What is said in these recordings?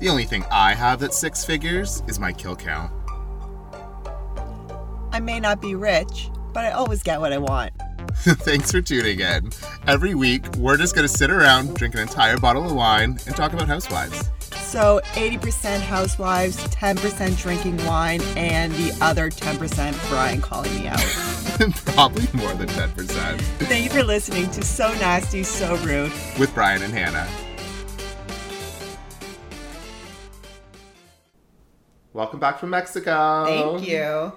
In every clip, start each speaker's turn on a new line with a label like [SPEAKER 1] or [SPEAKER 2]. [SPEAKER 1] The only thing I have that's six figures is my kill count.
[SPEAKER 2] I may not be rich, but I always get what I want.
[SPEAKER 1] Thanks for tuning in. Every week, we're just going to sit around, drink an entire bottle of wine, and talk about housewives.
[SPEAKER 2] So 80% housewives, 10% drinking wine, and the other 10% Brian calling me out.
[SPEAKER 1] Probably more than 10%.
[SPEAKER 2] Thank you for listening to So Nasty, So Rude.
[SPEAKER 1] With Brian and Hannah. Welcome back from Mexico.
[SPEAKER 2] Thank you.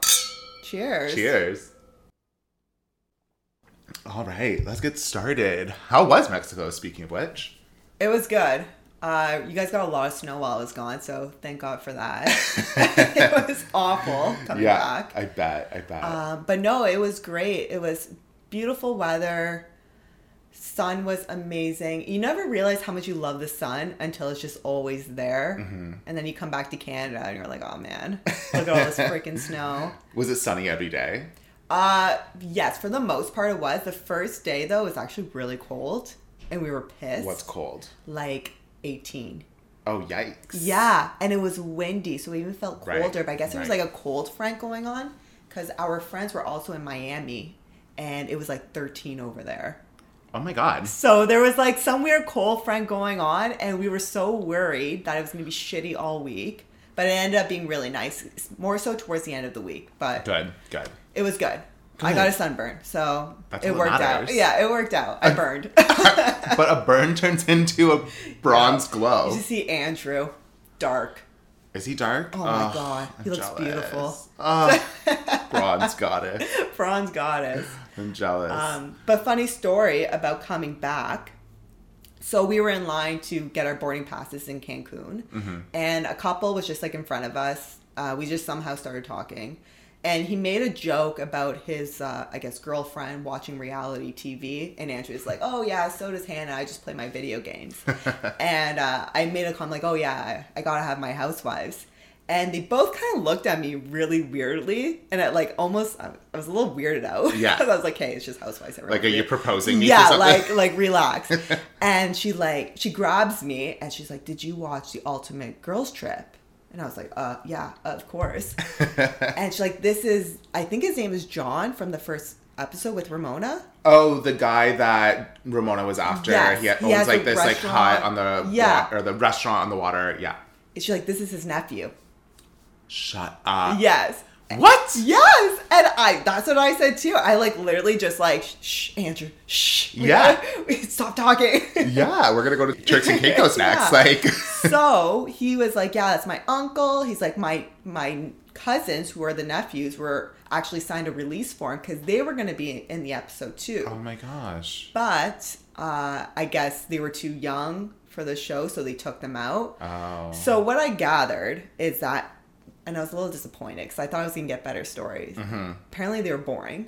[SPEAKER 2] Cheers.
[SPEAKER 1] Oh. Cheers. All right, let's get started. How was Mexico, speaking of which?
[SPEAKER 2] It was good. Uh, you guys got a lot of snow while I was gone, so thank God for that. it was awful coming back.
[SPEAKER 1] I bet. I bet.
[SPEAKER 2] Um, but no, it was great. It was beautiful weather. Sun was amazing. You never realize how much you love the sun until it's just always there. And then you come back to Canada and you're like, oh man, look at all this freaking snow.
[SPEAKER 1] was it sunny every day?
[SPEAKER 2] Uh, yes, for the most part it was. The first day though was actually really cold and we were pissed.
[SPEAKER 1] What's cold?
[SPEAKER 2] like 18.
[SPEAKER 1] Oh, yikes.
[SPEAKER 2] Yeah, and it was windy, so we even felt
[SPEAKER 1] Right,
[SPEAKER 2] colder. But I guess it was
[SPEAKER 1] right.
[SPEAKER 2] like a cold front going on because our friends were also in Miami, and it was like 13 over there.
[SPEAKER 1] Oh my God.
[SPEAKER 2] So there was like some weird cold front going on, and we were so worried that it was gonna be shitty all week. But it ended up being really nice, more so towards the end of the week. But
[SPEAKER 1] Good. Good.
[SPEAKER 2] it was good. I
[SPEAKER 1] Good.
[SPEAKER 2] got a sunburn, so
[SPEAKER 1] That's
[SPEAKER 2] it
[SPEAKER 1] what
[SPEAKER 2] worked out.
[SPEAKER 1] matters. Oh.
[SPEAKER 2] Yeah, it worked out. I burned.
[SPEAKER 1] but a burn turns into a bronze glow.
[SPEAKER 2] Did you see Andrew? Dark.
[SPEAKER 1] Is he dark?
[SPEAKER 2] Oh my God, he looks beautiful.
[SPEAKER 1] Oh, bronze goddess.
[SPEAKER 2] Bronze goddess.
[SPEAKER 1] I'm jealous.
[SPEAKER 2] Um, but funny story about coming back. So we were in line to get our boarding passes in Cancun,
[SPEAKER 1] Mm-hmm.
[SPEAKER 2] and a couple was just like in front of us. Uh, we just somehow started talking, and he made a joke about his, uh, I guess, girlfriend watching reality TV. And Andrew's like, "Oh yeah, so does Hannah. I just play my video games." and uh, I made a comment like, "Oh yeah, I, I gotta have my housewives." And they both kind of looked at me really weirdly, and it like almost I was a little weirded out.
[SPEAKER 1] Yeah.
[SPEAKER 2] 'Cause I was like, "Hey, it's just housewives." everyone."
[SPEAKER 1] like, are you proposing me?
[SPEAKER 2] Yeah,
[SPEAKER 1] for something?
[SPEAKER 2] like like relax. and she like she grabs me and she's like, "Did you watch the Ultimate Girls Trip?" And I was like, "Uh, yeah, of course." and she's like, "This is I think his name is John from the first episode with Ramona."
[SPEAKER 1] oh, the guy that Ramona was after.
[SPEAKER 2] Yes,
[SPEAKER 1] he had,
[SPEAKER 2] he
[SPEAKER 1] owns
[SPEAKER 2] has
[SPEAKER 1] like
[SPEAKER 2] a
[SPEAKER 1] this like hut
[SPEAKER 2] restaurant.
[SPEAKER 1] on the
[SPEAKER 2] Yeah.
[SPEAKER 1] wa- or the restaurant on the water. Yeah.
[SPEAKER 2] And she's like, "This is his nephew."
[SPEAKER 1] Shut up.
[SPEAKER 2] Yes.
[SPEAKER 1] What?
[SPEAKER 2] Yes, and I that's what I said too. I like literally just like shh, Andrew, shh. We
[SPEAKER 1] Yeah.
[SPEAKER 2] gotta- we- stop talking.
[SPEAKER 1] Yeah, we're gonna go to Turks and Caicos next.
[SPEAKER 2] Yeah.
[SPEAKER 1] Like,
[SPEAKER 2] so he was like, "Yeah, that's my uncle." He's like, "My my cousins, who are the nephews, were actually signed a release form because they were going to be in the episode too,
[SPEAKER 1] oh my gosh.
[SPEAKER 2] but uh, I guess they were too young for the show, so they took them out."
[SPEAKER 1] Oh.
[SPEAKER 2] So what I gathered is that, and I was a little disappointed because I thought I was going to get better stories.
[SPEAKER 1] Mm-hmm.
[SPEAKER 2] Apparently, they were boring.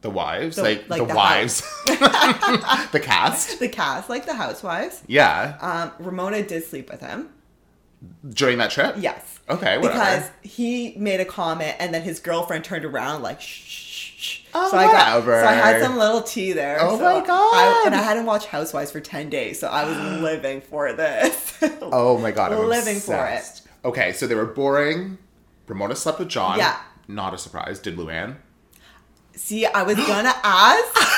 [SPEAKER 1] the wives,
[SPEAKER 2] The-
[SPEAKER 1] like,
[SPEAKER 2] like
[SPEAKER 1] the,
[SPEAKER 2] the
[SPEAKER 1] wives, the cast.
[SPEAKER 2] The cast, like the housewives,
[SPEAKER 1] Yeah.
[SPEAKER 2] um, Ramona did sleep with him.
[SPEAKER 1] During that trip.
[SPEAKER 2] Yes.
[SPEAKER 1] Okay. Whatever.
[SPEAKER 2] because he made a comment and then his girlfriend turned around like shh. shh, shh.
[SPEAKER 1] Oh,
[SPEAKER 2] so I got
[SPEAKER 1] whatever.
[SPEAKER 2] so I had some little tea there.
[SPEAKER 1] Oh
[SPEAKER 2] so
[SPEAKER 1] my
[SPEAKER 2] I,
[SPEAKER 1] God.
[SPEAKER 2] and I hadn't watched Housewives for ten days, so I was living for this.
[SPEAKER 1] Oh my god, I'm
[SPEAKER 2] Living for it.
[SPEAKER 1] obsessed. Okay, so they were boring. Ramona slept with John.
[SPEAKER 2] Yeah.
[SPEAKER 1] Not a surprise. Did Luann?
[SPEAKER 2] See, I was gonna ask,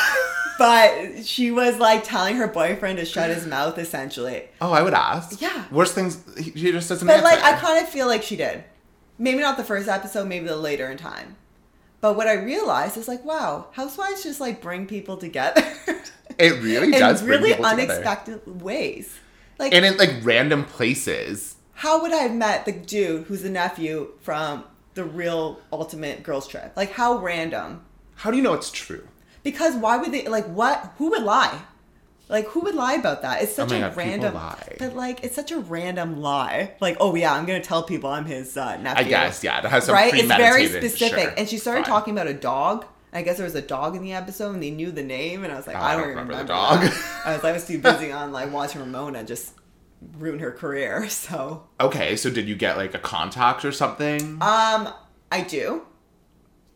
[SPEAKER 2] but she was like telling her boyfriend to shut his mouth, essentially.
[SPEAKER 1] Oh, I would ask.
[SPEAKER 2] Yeah.
[SPEAKER 1] Worst things. He he just doesn't.
[SPEAKER 2] But like, I
[SPEAKER 1] answer.
[SPEAKER 2] kind of feel like she did. Maybe not the first episode, maybe the later in time. But what I realized is like, wow, housewives just like bring people together.
[SPEAKER 1] It really
[SPEAKER 2] in
[SPEAKER 1] does. bring
[SPEAKER 2] really
[SPEAKER 1] people together.
[SPEAKER 2] unexpected ways. Like,
[SPEAKER 1] And in like random places.
[SPEAKER 2] how would I have met the dude who's the nephew from the real Ultimate Girls Trip? Like, how random?
[SPEAKER 1] How do you know it's true?
[SPEAKER 2] Because why would they? Like, what? Who would lie? Like, who would lie about that? It's such
[SPEAKER 1] Oh my
[SPEAKER 2] a
[SPEAKER 1] God, people
[SPEAKER 2] random
[SPEAKER 1] lie.
[SPEAKER 2] But like, it's such a random lie. Like, oh yeah, I'm gonna tell people I'm his uh,
[SPEAKER 1] I
[SPEAKER 2] nephew.
[SPEAKER 1] guess. Yeah. It has some
[SPEAKER 2] right? It's very
[SPEAKER 1] premeditated-
[SPEAKER 2] specific.
[SPEAKER 1] sure,
[SPEAKER 2] And she started
[SPEAKER 1] fine.
[SPEAKER 2] talking about a dog. I guess there was a dog in the episode, and they knew the name. And I was
[SPEAKER 1] Oh,
[SPEAKER 2] like, I, don't, remember,
[SPEAKER 1] the
[SPEAKER 2] that.
[SPEAKER 1] dog.
[SPEAKER 2] I was, I was too busy on like watching Ramona just ruin her career. So,
[SPEAKER 1] Okay, so did you get like a contact or something?
[SPEAKER 2] um, I do.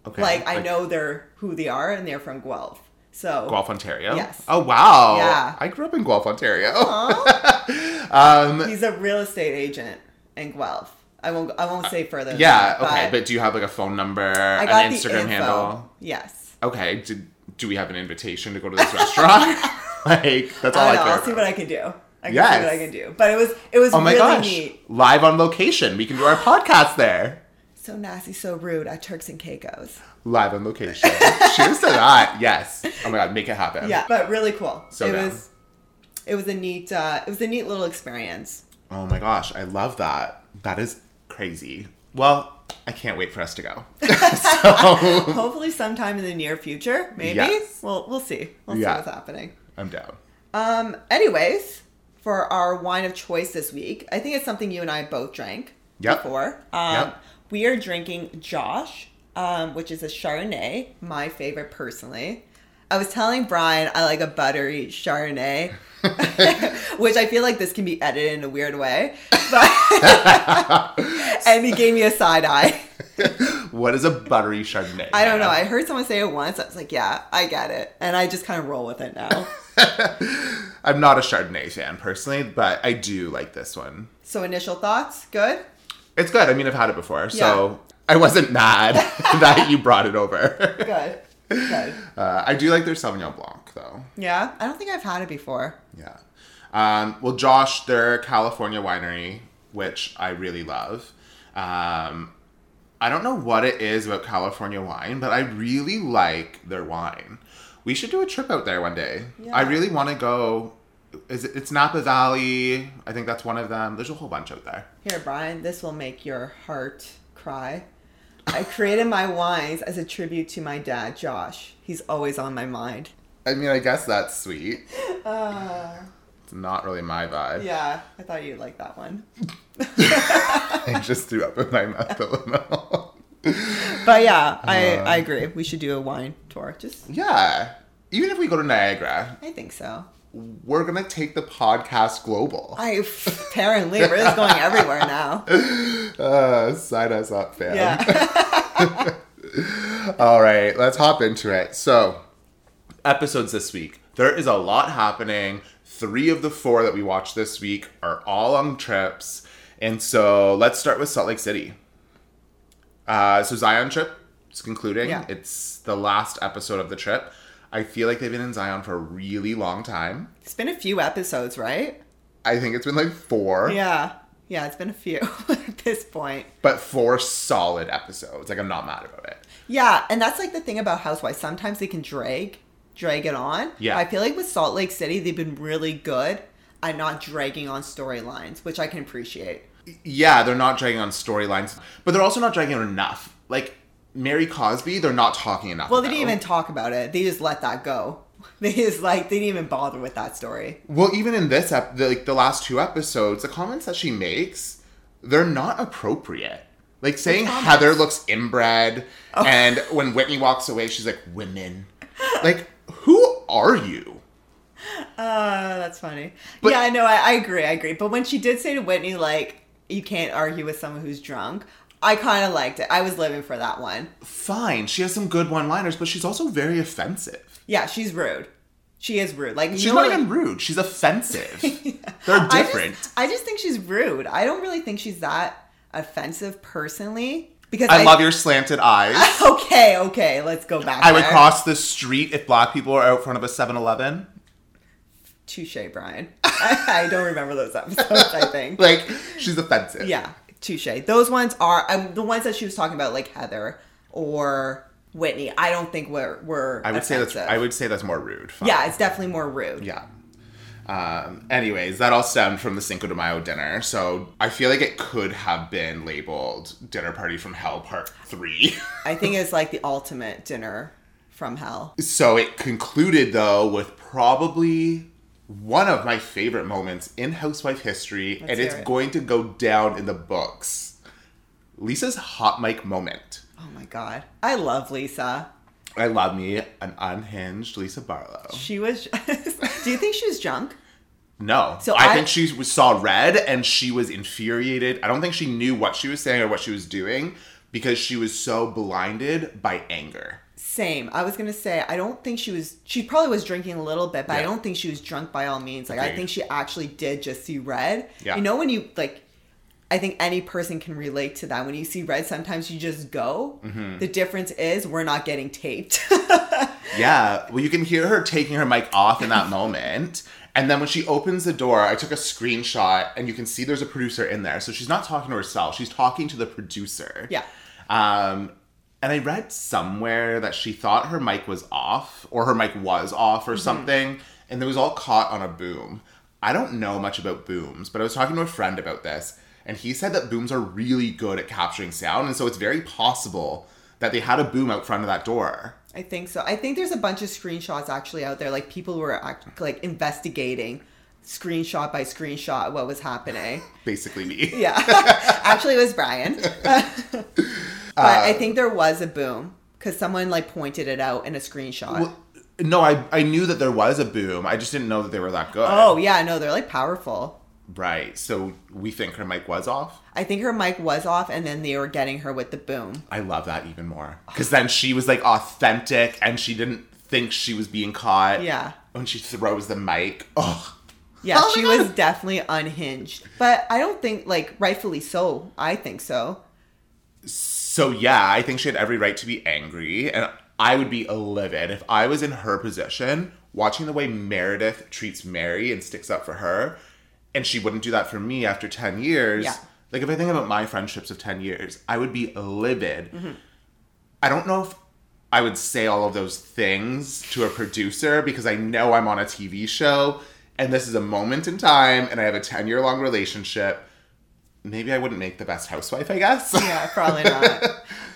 [SPEAKER 1] okay.
[SPEAKER 2] Like, I know they're who they are, and they're from Guelph. So,
[SPEAKER 1] Guelph, Ontario.
[SPEAKER 2] Yes.
[SPEAKER 1] Oh wow.
[SPEAKER 2] Yeah.
[SPEAKER 1] I grew up in Guelph, Ontario.
[SPEAKER 2] Aw.
[SPEAKER 1] Um,
[SPEAKER 2] he's a real estate agent. and Guelph. I won't. I won't say further. than
[SPEAKER 1] Yeah,
[SPEAKER 2] that,
[SPEAKER 1] okay. But, do you have like a phone number,
[SPEAKER 2] I
[SPEAKER 1] an
[SPEAKER 2] got the
[SPEAKER 1] Instagram
[SPEAKER 2] info.
[SPEAKER 1] handle?
[SPEAKER 2] Yes.
[SPEAKER 1] Okay. Did, do we have an invitation to go to this restaurant? like that's all
[SPEAKER 2] I
[SPEAKER 1] I,
[SPEAKER 2] don't know.
[SPEAKER 1] care.
[SPEAKER 2] I'll see
[SPEAKER 1] about.
[SPEAKER 2] what I can do. I can see
[SPEAKER 1] Yes.
[SPEAKER 2] what I can do. But it was it was
[SPEAKER 1] oh my
[SPEAKER 2] really
[SPEAKER 1] gosh!
[SPEAKER 2] neat.
[SPEAKER 1] Live on location. We can do our podcast there.
[SPEAKER 2] So nasty, so rude at Turks and Caicos.
[SPEAKER 1] Live on location. Cheers to that. Yes. Oh my god, make it happen.
[SPEAKER 2] Yeah, but really cool.
[SPEAKER 1] So
[SPEAKER 2] it
[SPEAKER 1] down.
[SPEAKER 2] was it was a neat uh, it was a neat little experience.
[SPEAKER 1] Oh my gosh, I love that. That is crazy. Well, I can't wait for us to go. so
[SPEAKER 2] Hopefully, sometime in the near future, maybe.
[SPEAKER 1] Yes.
[SPEAKER 2] Well, we'll see. We'll
[SPEAKER 1] Yeah.
[SPEAKER 2] see what's happening.
[SPEAKER 1] I'm down.
[SPEAKER 2] Um. Anyways, for our wine of choice this week, I think it's something you and I both drank
[SPEAKER 1] Yep.
[SPEAKER 2] before. Um,
[SPEAKER 1] Yep.
[SPEAKER 2] We are drinking Josh, um, which is a Chardonnay, my favorite personally. I was telling Brian I like a buttery Chardonnay, which I feel like this can be edited in a weird way, but and he gave me a side eye.
[SPEAKER 1] What is a buttery Chardonnay?
[SPEAKER 2] I don't know. I
[SPEAKER 1] Hannah?
[SPEAKER 2] heard someone say it once. I was like, yeah, I get it. And I just kind of roll with it now.
[SPEAKER 1] I'm not a Chardonnay fan personally, but I do like this one.
[SPEAKER 2] so, initial thoughts? Good?
[SPEAKER 1] It's good. I mean, I've had it before, so I wasn't mad that you brought it over.
[SPEAKER 2] Good. Good.
[SPEAKER 1] Uh, I do like their Sauvignon Blanc, though.
[SPEAKER 2] Yeah. I don't think I've had it before.
[SPEAKER 1] Yeah. Um, well, Josh, their California winery, which I really love. Um, I don't know what it is about California wine, but I really like their wine. We should do a trip out there one day. I
[SPEAKER 2] Yeah.
[SPEAKER 1] really want to go. Is it, it's Napa Valley? I think that's one of them. There's a whole bunch out there.
[SPEAKER 2] Here, Brian, this will make your heart cry. I created my wines as a tribute to my dad, Josh. He's always on my mind.
[SPEAKER 1] I mean, I guess that's sweet.
[SPEAKER 2] Uh,
[SPEAKER 1] It's not really my vibe.
[SPEAKER 2] yeah, I thought you'd like that one.
[SPEAKER 1] I just threw up in my mouth a little.
[SPEAKER 2] But yeah, I, I agree. We should do a wine tour. Just,
[SPEAKER 1] yeah. Even if we go to Niagara,
[SPEAKER 2] I think so.
[SPEAKER 1] we're going to take the podcast global.
[SPEAKER 2] I apparently we're just going everywhere now.
[SPEAKER 1] Uh, sign us up, fam.
[SPEAKER 2] Yeah.
[SPEAKER 1] All right, let's hop into it. So, episodes this week. There is a lot happening. Three of the four that we watched this week are all on trips. And so, let's start with Salt Lake City. Uh, so, Zion trip is concluding.
[SPEAKER 2] Yeah.
[SPEAKER 1] It's the last episode of the trip. I feel like they've been in Zion for a really long time.
[SPEAKER 2] It's been a few episodes, right?
[SPEAKER 1] I think it's been like four,
[SPEAKER 2] Yeah. Yeah, it's been a few at this point.
[SPEAKER 1] but four solid episodes. Like, I'm not mad about it.
[SPEAKER 2] Yeah, and that's like the thing about Housewives. Sometimes they can drag, drag it on.
[SPEAKER 1] Yeah.
[SPEAKER 2] I feel like with Salt Lake City, they've been really good at not dragging on storylines, which I can appreciate.
[SPEAKER 1] yeah, they're not dragging on storylines, but they're also not dragging on enough. Like Mary Cosby, they're not talking enough.
[SPEAKER 2] Well, they didn't
[SPEAKER 1] about.
[SPEAKER 2] even talk about it. They just let that go. They just like they didn't even bother with that story.
[SPEAKER 1] Well, even in this ep, the, like the last two episodes, the comments that she makes, they're not appropriate. Like saying
[SPEAKER 2] comments? Oh.
[SPEAKER 1] Heather looks inbred, and when Whitney walks away, she's like women. like, who are you?
[SPEAKER 2] Uh, that's funny.
[SPEAKER 1] But-
[SPEAKER 2] yeah, I know. I, I agree. I agree. But when she did say to Whitney, like, you can't argue with someone who's drunk, I kind of liked it. I was living for that one.
[SPEAKER 1] Fine, she has some good one-liners, but she's also very offensive.
[SPEAKER 2] Yeah, she's rude. She is rude. Like you
[SPEAKER 1] She's
[SPEAKER 2] know,
[SPEAKER 1] not
[SPEAKER 2] like-
[SPEAKER 1] even rude. She's offensive. They're
[SPEAKER 2] I just-
[SPEAKER 1] different.
[SPEAKER 2] I just, think she's rude. I don't really think she's that offensive personally. Because
[SPEAKER 1] I love your slanted eyes.
[SPEAKER 2] Okay, okay, let's go back.
[SPEAKER 1] I would
[SPEAKER 2] there.
[SPEAKER 1] cross the street if black people are out front of a 7-Eleven.
[SPEAKER 2] Touche, Brian. I, I don't remember those episodes. I think.
[SPEAKER 1] Like, she's offensive.
[SPEAKER 2] Yeah, touche. Those ones are um, the ones that she was talking about, like Heather or Whitney. I don't think were were.
[SPEAKER 1] I would say that's
[SPEAKER 2] offensive.
[SPEAKER 1] I would say that's more rude. Fine.
[SPEAKER 2] Yeah, it's definitely more rude.
[SPEAKER 1] Yeah. Um, anyways, that all stemmed from the Cinco de Mayo dinner. So I feel like it could have been labeled Dinner Party from Hell Part 3.
[SPEAKER 2] I think it's like the ultimate dinner from hell.
[SPEAKER 1] so it concluded, though, with probably one of my favorite moments in housewife history, and
[SPEAKER 2] hear
[SPEAKER 1] it's
[SPEAKER 2] it.
[SPEAKER 1] going to go down in the books. Lisa's hot mic moment.
[SPEAKER 2] Oh my god, I love Lisa.
[SPEAKER 1] I love me an unhinged Lisa Barlow.
[SPEAKER 2] She was. Do you think she was drunk?
[SPEAKER 1] No,
[SPEAKER 2] So
[SPEAKER 1] I,
[SPEAKER 2] I-
[SPEAKER 1] think she was, saw red and she was infuriated. I don't think she knew what she was saying or what she was doing because she was so blinded by anger.
[SPEAKER 2] Same. I was gonna say I don't think she was. She probably was drinking a little bit, but I
[SPEAKER 1] Yeah.
[SPEAKER 2] don't think she was drunk by all means. Like I
[SPEAKER 1] Agreed.
[SPEAKER 2] think she actually did just see red.
[SPEAKER 1] Yeah.
[SPEAKER 2] You know when you like, I think any person can relate to that. When you see red, sometimes you just go.
[SPEAKER 1] Mm-hmm.
[SPEAKER 2] The difference is we're not getting taped.
[SPEAKER 1] Yeah. Well, you can hear her taking her mic off in that moment. And then when she opens the door, I took a screenshot and you can see there's a producer in there. So she's not talking to herself, she's talking to the producer.
[SPEAKER 2] Yeah.
[SPEAKER 1] Um, and I read somewhere that she thought her mic was off or her mic was off or something. And it was all caught on a boom. I don't know much about booms, but I was talking to a friend about this. And he said that booms are really good at capturing sound. And so it's very possible that they had a boom out front of that door.
[SPEAKER 2] I think so. I think there's a bunch of screenshots actually out there. Like people were act- like investigating screenshot by screenshot what was happening.
[SPEAKER 1] Basically, me.
[SPEAKER 2] Yeah. actually, it was Brian. but I think there was a boom because someone like pointed it out in a screenshot.
[SPEAKER 1] Well, no, I, I knew that there was a boom. I just didn't know that they were that good.
[SPEAKER 2] oh, yeah. No, they're like powerful.
[SPEAKER 1] Right. So we think her mic was off.
[SPEAKER 2] I think her mic was off and then they were getting her with the boom.
[SPEAKER 1] I love that even more. Because then she was like authentic and she didn't think she was being caught.
[SPEAKER 2] Yeah.
[SPEAKER 1] When she throws the mic. Oh.
[SPEAKER 2] Yeah,
[SPEAKER 1] Oh my
[SPEAKER 2] she
[SPEAKER 1] God.
[SPEAKER 2] was definitely unhinged. But I don't think, like, rightfully so. I think so.
[SPEAKER 1] So yeah, I think she had every right to be angry. And I would be livid if I was in her position watching the way Meredith treats Mary and sticks up for her. And she wouldn't do that for me after 10 years.
[SPEAKER 2] Yeah.
[SPEAKER 1] Like if I think about my friendships of 10 years, I would be livid. I don't know if I would say all of those things to a producer because I know I'm on a TV show and this is a moment in time and I have a 10 year long relationship. Maybe I wouldn't make the best housewife, I guess.
[SPEAKER 2] Yeah, probably not.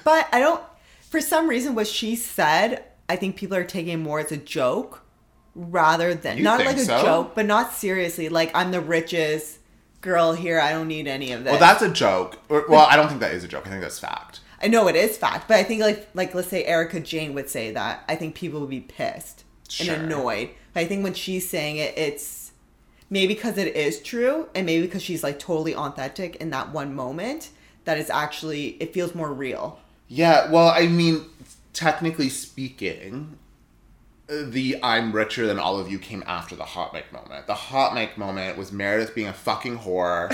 [SPEAKER 2] but I don't, for some reason, what she said, I think people are taking it more as a joke rather than,
[SPEAKER 1] You
[SPEAKER 2] not
[SPEAKER 1] think
[SPEAKER 2] like a
[SPEAKER 1] so?
[SPEAKER 2] joke, but not seriously. Like, I'm the richest girl here. I don't need any of this.
[SPEAKER 1] Well, that's a joke. Or, well, I don't think that is a joke. I think that's fact.
[SPEAKER 2] I know it is fact, but I think, like, like let's say Erica Jane would say that. I think people would be pissed
[SPEAKER 1] Sure.
[SPEAKER 2] and annoyed. But I think when she's saying it, it's maybe because it is true and maybe because she's like totally authentic in that one moment that it's actually, it feels more real.
[SPEAKER 1] Yeah, well, I mean, technically speaking, the I'm richer than all of you came after the hot mic moment. The hot mic moment was Meredith being a fucking whore,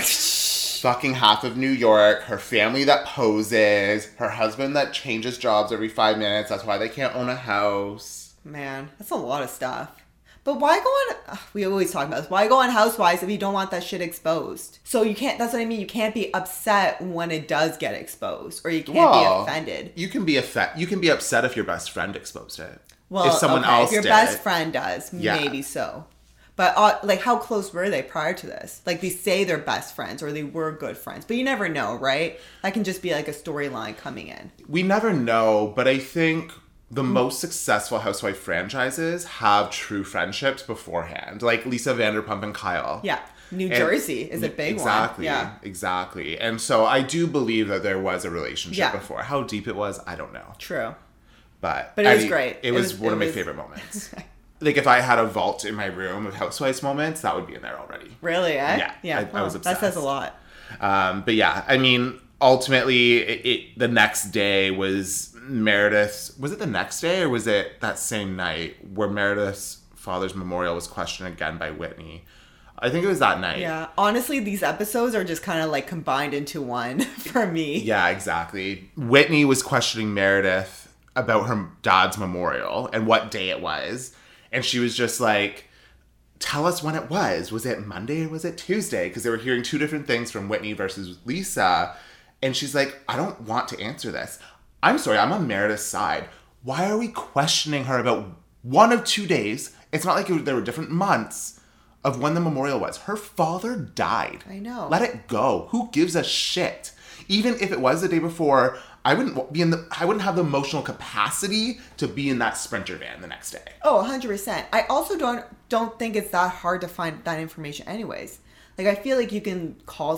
[SPEAKER 1] fucking half of New York, her family that poses, her husband that changes jobs every five minutes. That's why they can't own a house.
[SPEAKER 2] Man, that's a lot of stuff. But why go on? ugh, We always talk about this. Why go on Housewives if you don't want that shit exposed? So you can't. That's what I mean. You can't be upset when it does get exposed, or you can't
[SPEAKER 1] Well,
[SPEAKER 2] be offended.
[SPEAKER 1] You can be offended. You can be upset if your best friend exposed it.
[SPEAKER 2] Well,
[SPEAKER 1] if someone
[SPEAKER 2] okay,
[SPEAKER 1] else
[SPEAKER 2] if your
[SPEAKER 1] did.
[SPEAKER 2] best friend does,
[SPEAKER 1] Yeah.
[SPEAKER 2] maybe so. But uh, like, how close were they prior to this? Like, they say they're best friends, or they were good friends, but you never know, right? That can just be like a storyline coming in.
[SPEAKER 1] we never know, but I think the most successful housewife franchises have true friendships beforehand, like Lisa Vanderpump and Kyle.
[SPEAKER 2] Yeah, New
[SPEAKER 1] And-
[SPEAKER 2] Jersey is a big
[SPEAKER 1] exactly,
[SPEAKER 2] one. Yeah,
[SPEAKER 1] exactly. And so I do believe that there was a relationship
[SPEAKER 2] Yeah.
[SPEAKER 1] before. How deep it was, I don't know,
[SPEAKER 2] true.
[SPEAKER 1] but
[SPEAKER 2] But it
[SPEAKER 1] I
[SPEAKER 2] was
[SPEAKER 1] mean,
[SPEAKER 2] great.
[SPEAKER 1] It
[SPEAKER 2] It
[SPEAKER 1] was
[SPEAKER 2] was-
[SPEAKER 1] one
[SPEAKER 2] it
[SPEAKER 1] of my
[SPEAKER 2] was-
[SPEAKER 1] favorite moments. like if I had a vault in my room of housewives moments, that would be in there already.
[SPEAKER 2] Really? Eh?
[SPEAKER 1] Yeah, I- I
[SPEAKER 2] Wow,
[SPEAKER 1] was
[SPEAKER 2] That says
[SPEAKER 1] obsessed.
[SPEAKER 2] a lot.
[SPEAKER 1] Um, but yeah, I mean, ultimately, it, it the next day was Meredith's. Was it the next day or was it that same night where Meredith's father's memorial was questioned again by Whitney? I think it was that night.
[SPEAKER 2] Yeah, honestly, these episodes are just kind of like combined into one for me.
[SPEAKER 1] Yeah, exactly. Whitney was questioning Meredith about her dad's memorial and what day it was. And she was just like, tell us when it was. Was it Monday or was it Tuesday? Because they were hearing two different things from Whitney versus Lisa. And she's like, I don't want to answer this. I'm sorry, I'm on Meredith's side. Why are we questioning her about one of two days? It's not like it, there were different months of when the memorial was. Her father died.
[SPEAKER 2] I know.
[SPEAKER 1] Let it go. Who gives a shit? Even if it was the day before, I wouldn't be in the. I wouldn't have the emotional capacity to be in that sprinter van the next day.
[SPEAKER 2] Oh, 100%. I also don't don't think it's that hard to find that information anyways. Like I feel like you can call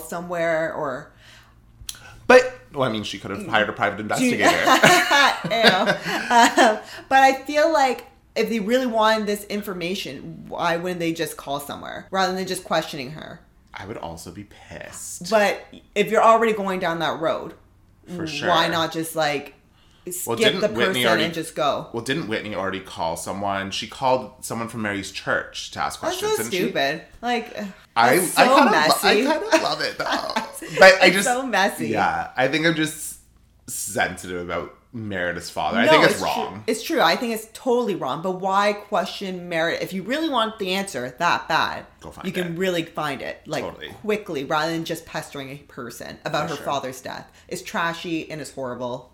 [SPEAKER 2] somewhere or
[SPEAKER 1] But well, I mean, she could have
[SPEAKER 2] Mm.
[SPEAKER 1] hired a private investigator.
[SPEAKER 2] Ew. Um, but I feel like if they really wanted this information, why wouldn't they just call somewhere rather than just questioning her?
[SPEAKER 1] I would also be pissed.
[SPEAKER 2] But if you're already going down that road,
[SPEAKER 1] For sure.
[SPEAKER 2] why not just like
[SPEAKER 1] Well,
[SPEAKER 2] skip
[SPEAKER 1] didn't
[SPEAKER 2] the
[SPEAKER 1] Whitney
[SPEAKER 2] person
[SPEAKER 1] already-
[SPEAKER 2] and just go?
[SPEAKER 1] Well, didn't Whitney already call someone? She called someone from Mary's church to ask
[SPEAKER 2] That's
[SPEAKER 1] questions.
[SPEAKER 2] so
[SPEAKER 1] didn't she?
[SPEAKER 2] stupid. Like,
[SPEAKER 1] I,
[SPEAKER 2] that's so
[SPEAKER 1] I kind of
[SPEAKER 2] messy.
[SPEAKER 1] I kind of love it though. But I
[SPEAKER 2] It's
[SPEAKER 1] just
[SPEAKER 2] so messy.
[SPEAKER 1] Yeah, I think I'm just sensitive about Meredith's father. I think it's, wrong.
[SPEAKER 2] True. It's true. I think it's totally wrong. But why question merit? If you really want the answer that bad,
[SPEAKER 1] Go find
[SPEAKER 2] you can
[SPEAKER 1] it.
[SPEAKER 2] really find it like
[SPEAKER 1] Totally.
[SPEAKER 2] quickly rather than just pestering a person about
[SPEAKER 1] For
[SPEAKER 2] her
[SPEAKER 1] sure.
[SPEAKER 2] father's death. It's trashy and it's horrible.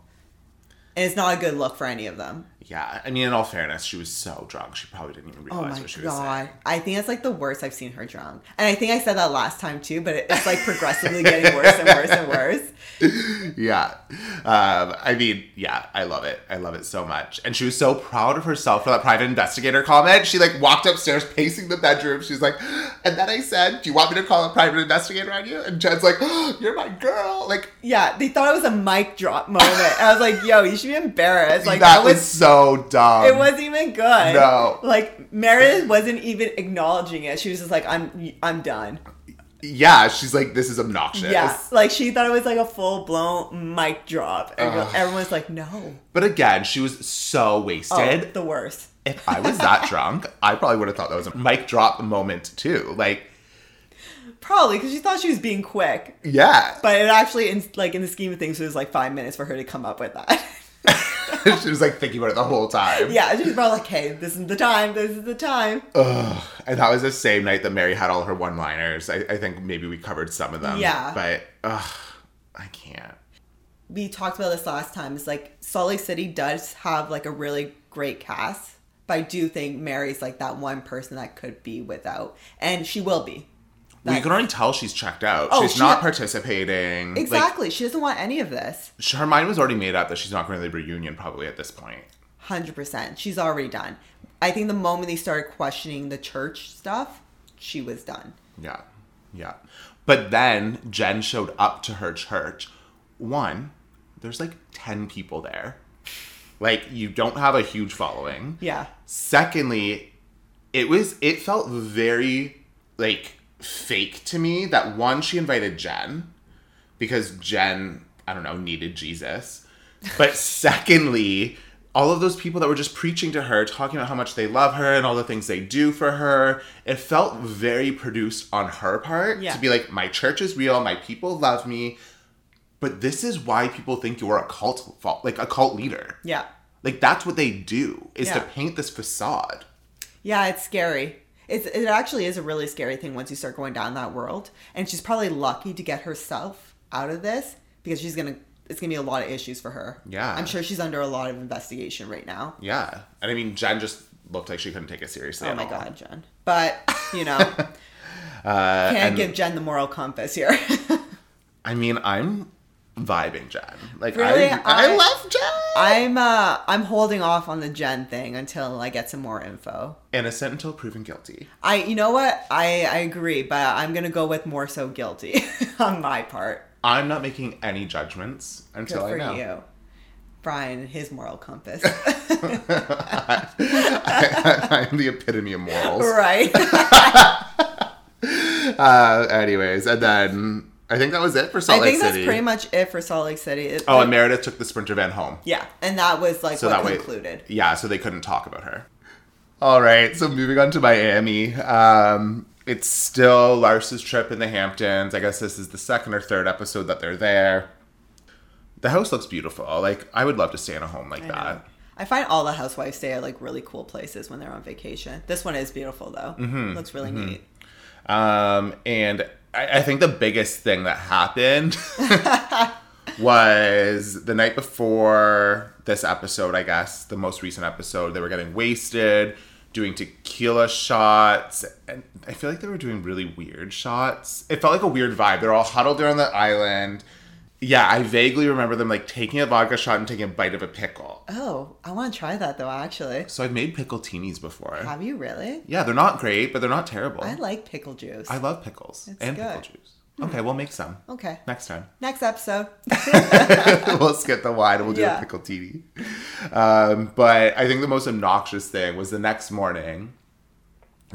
[SPEAKER 2] And it's not a good look for any of them.
[SPEAKER 1] Yeah, I mean, in all fairness, she was so drunk she probably didn't even
[SPEAKER 2] Oh
[SPEAKER 1] realize
[SPEAKER 2] my
[SPEAKER 1] what she was
[SPEAKER 2] god.
[SPEAKER 1] saying.
[SPEAKER 2] I think that's like the worst I've seen her drunk. And I think I said that last time too, but it- it's like progressively getting worse and worse and worse.
[SPEAKER 1] Yeah, um, I mean, yeah, I love it. I love it so much, and she was so proud of herself for that private investigator comment. She like walked upstairs, pacing the bedroom. She's like, and then I said, "Do you want me to call a private investigator on you?" And Jen's like, "You're my girl." Like
[SPEAKER 2] Yeah, they thought it was a mic drop moment. I was like, yo, you should be embarrassed. Like
[SPEAKER 1] that, was, so dumb.
[SPEAKER 2] It wasn't even good.
[SPEAKER 1] No.
[SPEAKER 2] Like Meredith wasn't even acknowledging it. She was just like, I'm I'm done.
[SPEAKER 1] Yeah, she's like, "This is obnoxious."
[SPEAKER 2] Yeah. Like she thought it was like a full blown mic drop. And
[SPEAKER 1] Ugh.
[SPEAKER 2] everyone's like, No.
[SPEAKER 1] But again, she was so
[SPEAKER 2] Oh,
[SPEAKER 1] wasted.
[SPEAKER 2] the worst.
[SPEAKER 1] If I was that drunk, I probably would have thought that was a mic drop moment too. Like,
[SPEAKER 2] Probably because she thought she was being quick.
[SPEAKER 1] yeah.
[SPEAKER 2] But it actually in like in the scheme of things it was like five minutes for her to come up with that.
[SPEAKER 1] she was like thinking about it the whole time.
[SPEAKER 2] yeah, she was probably like, Hey, this is the time, this is the time.
[SPEAKER 1] Ugh. And that was the same night that Mary had all her one liners. I, I think maybe we covered some of them.
[SPEAKER 2] Yeah.
[SPEAKER 1] But ugh, I can't.
[SPEAKER 2] we talked about this last time is like Salt Lake City does have like a really great cast, but I do think Mary's like that one person that could be without, and she will be.
[SPEAKER 1] we
[SPEAKER 2] That-
[SPEAKER 1] can already tell she's checked out.
[SPEAKER 2] Oh,
[SPEAKER 1] she's
[SPEAKER 2] she-
[SPEAKER 1] not participating. Like,
[SPEAKER 2] exactly. she doesn't want any of this.
[SPEAKER 1] sh- her mind was already made up that she's not going to the reunion probably at this point.
[SPEAKER 2] Hundred percent. She's already done. I think the moment they started questioning the church stuff, she was done.
[SPEAKER 1] Yeah. Yeah. But then Jen showed up to her church. One, there's like 10 people there. Like, you don't have a huge following.
[SPEAKER 2] Yeah.
[SPEAKER 1] Secondly, it was, it felt very like fake to me that one, she invited Jen because Jen, I don't know, needed Jesus. But secondly, all of those people that were just preaching to her, talking about how much they love her and all the things they do for her, it felt very produced on her part
[SPEAKER 2] Yeah.
[SPEAKER 1] to be like, my church is real, my people love me. But this is why people think you're a cult, fo- like a cult leader.
[SPEAKER 2] Yeah.
[SPEAKER 1] Like that's what they do is to
[SPEAKER 2] Yeah.
[SPEAKER 1] paint this facade.
[SPEAKER 2] Yeah, it's scary. It's it actually is a really scary thing once you start going down that world. And she's probably lucky to get herself out of this because she's gonna it's gonna be a lot of issues for her.
[SPEAKER 1] Yeah.
[SPEAKER 2] I'm sure she's under a lot of investigation right now.
[SPEAKER 1] Yeah, and I mean Jen just looked like she couldn't take it seriously.
[SPEAKER 2] Oh
[SPEAKER 1] at
[SPEAKER 2] my
[SPEAKER 1] all.
[SPEAKER 2] god, Jen. But you know, can't
[SPEAKER 1] Uh, and
[SPEAKER 2] give Jen the moral compass here.
[SPEAKER 1] I mean I'm vibing Jen. Like
[SPEAKER 2] Really?
[SPEAKER 1] I, I,
[SPEAKER 2] I-
[SPEAKER 1] love Jen.
[SPEAKER 2] I'm uh I'm holding off on the Jen thing until I get some more info.
[SPEAKER 1] Innocent until proven guilty.
[SPEAKER 2] I you know what? I I agree, but I'm gonna go with more so guilty on my part.
[SPEAKER 1] I'm not making any judgments
[SPEAKER 2] Good
[SPEAKER 1] until I
[SPEAKER 2] for
[SPEAKER 1] know.
[SPEAKER 2] you. Brian, and his moral compass.
[SPEAKER 1] I, am the epitome of morals.
[SPEAKER 2] right.
[SPEAKER 1] Uh, anyways, and then I think that was it for Salt
[SPEAKER 2] I
[SPEAKER 1] Lake
[SPEAKER 2] think
[SPEAKER 1] City.
[SPEAKER 2] that's pretty much it for Salt Lake City. It-
[SPEAKER 1] oh, and Meredith took the sprinter van home.
[SPEAKER 2] yeah, and that was like
[SPEAKER 1] so
[SPEAKER 2] what
[SPEAKER 1] that way
[SPEAKER 2] concluded.
[SPEAKER 1] Yeah, so they couldn't talk about her. All right, so moving on to Miami. Um, it's still Lars's trip in the Hamptons. I guess this is the second or third episode that they're there. The house looks beautiful. Like I would love to stay in a home like
[SPEAKER 2] I,
[SPEAKER 1] that.
[SPEAKER 2] know. I find all the housewives stay at like really cool places when they're on vacation. This one is beautiful though.
[SPEAKER 1] Mm-hmm.
[SPEAKER 2] Looks really neat.
[SPEAKER 1] Um, and I, I think the biggest thing that happened was the night before this episode, I guess, the most recent episode, they were getting wasted, doing tequila shots. And I feel like they were doing really weird shots. It felt like a weird vibe. They're all huddled there on the island. Yeah, I vaguely remember them like taking a vodka shot and taking a bite of a pickle.
[SPEAKER 2] Oh, I want to try that though. Actually,
[SPEAKER 1] So I've made pickle teenies before.
[SPEAKER 2] have you really?
[SPEAKER 1] yeah, they're not great, but they're not terrible.
[SPEAKER 2] I like pickle juice.
[SPEAKER 1] I love pickles
[SPEAKER 2] It's
[SPEAKER 1] and
[SPEAKER 2] good.
[SPEAKER 1] pickle juice. Okay, we'll make some
[SPEAKER 2] okay.
[SPEAKER 1] next time.
[SPEAKER 2] Next episode.
[SPEAKER 1] we'll skip the wine and we'll do
[SPEAKER 2] Yeah.
[SPEAKER 1] a pickle TV. Um, but I think the most obnoxious thing was the next morning,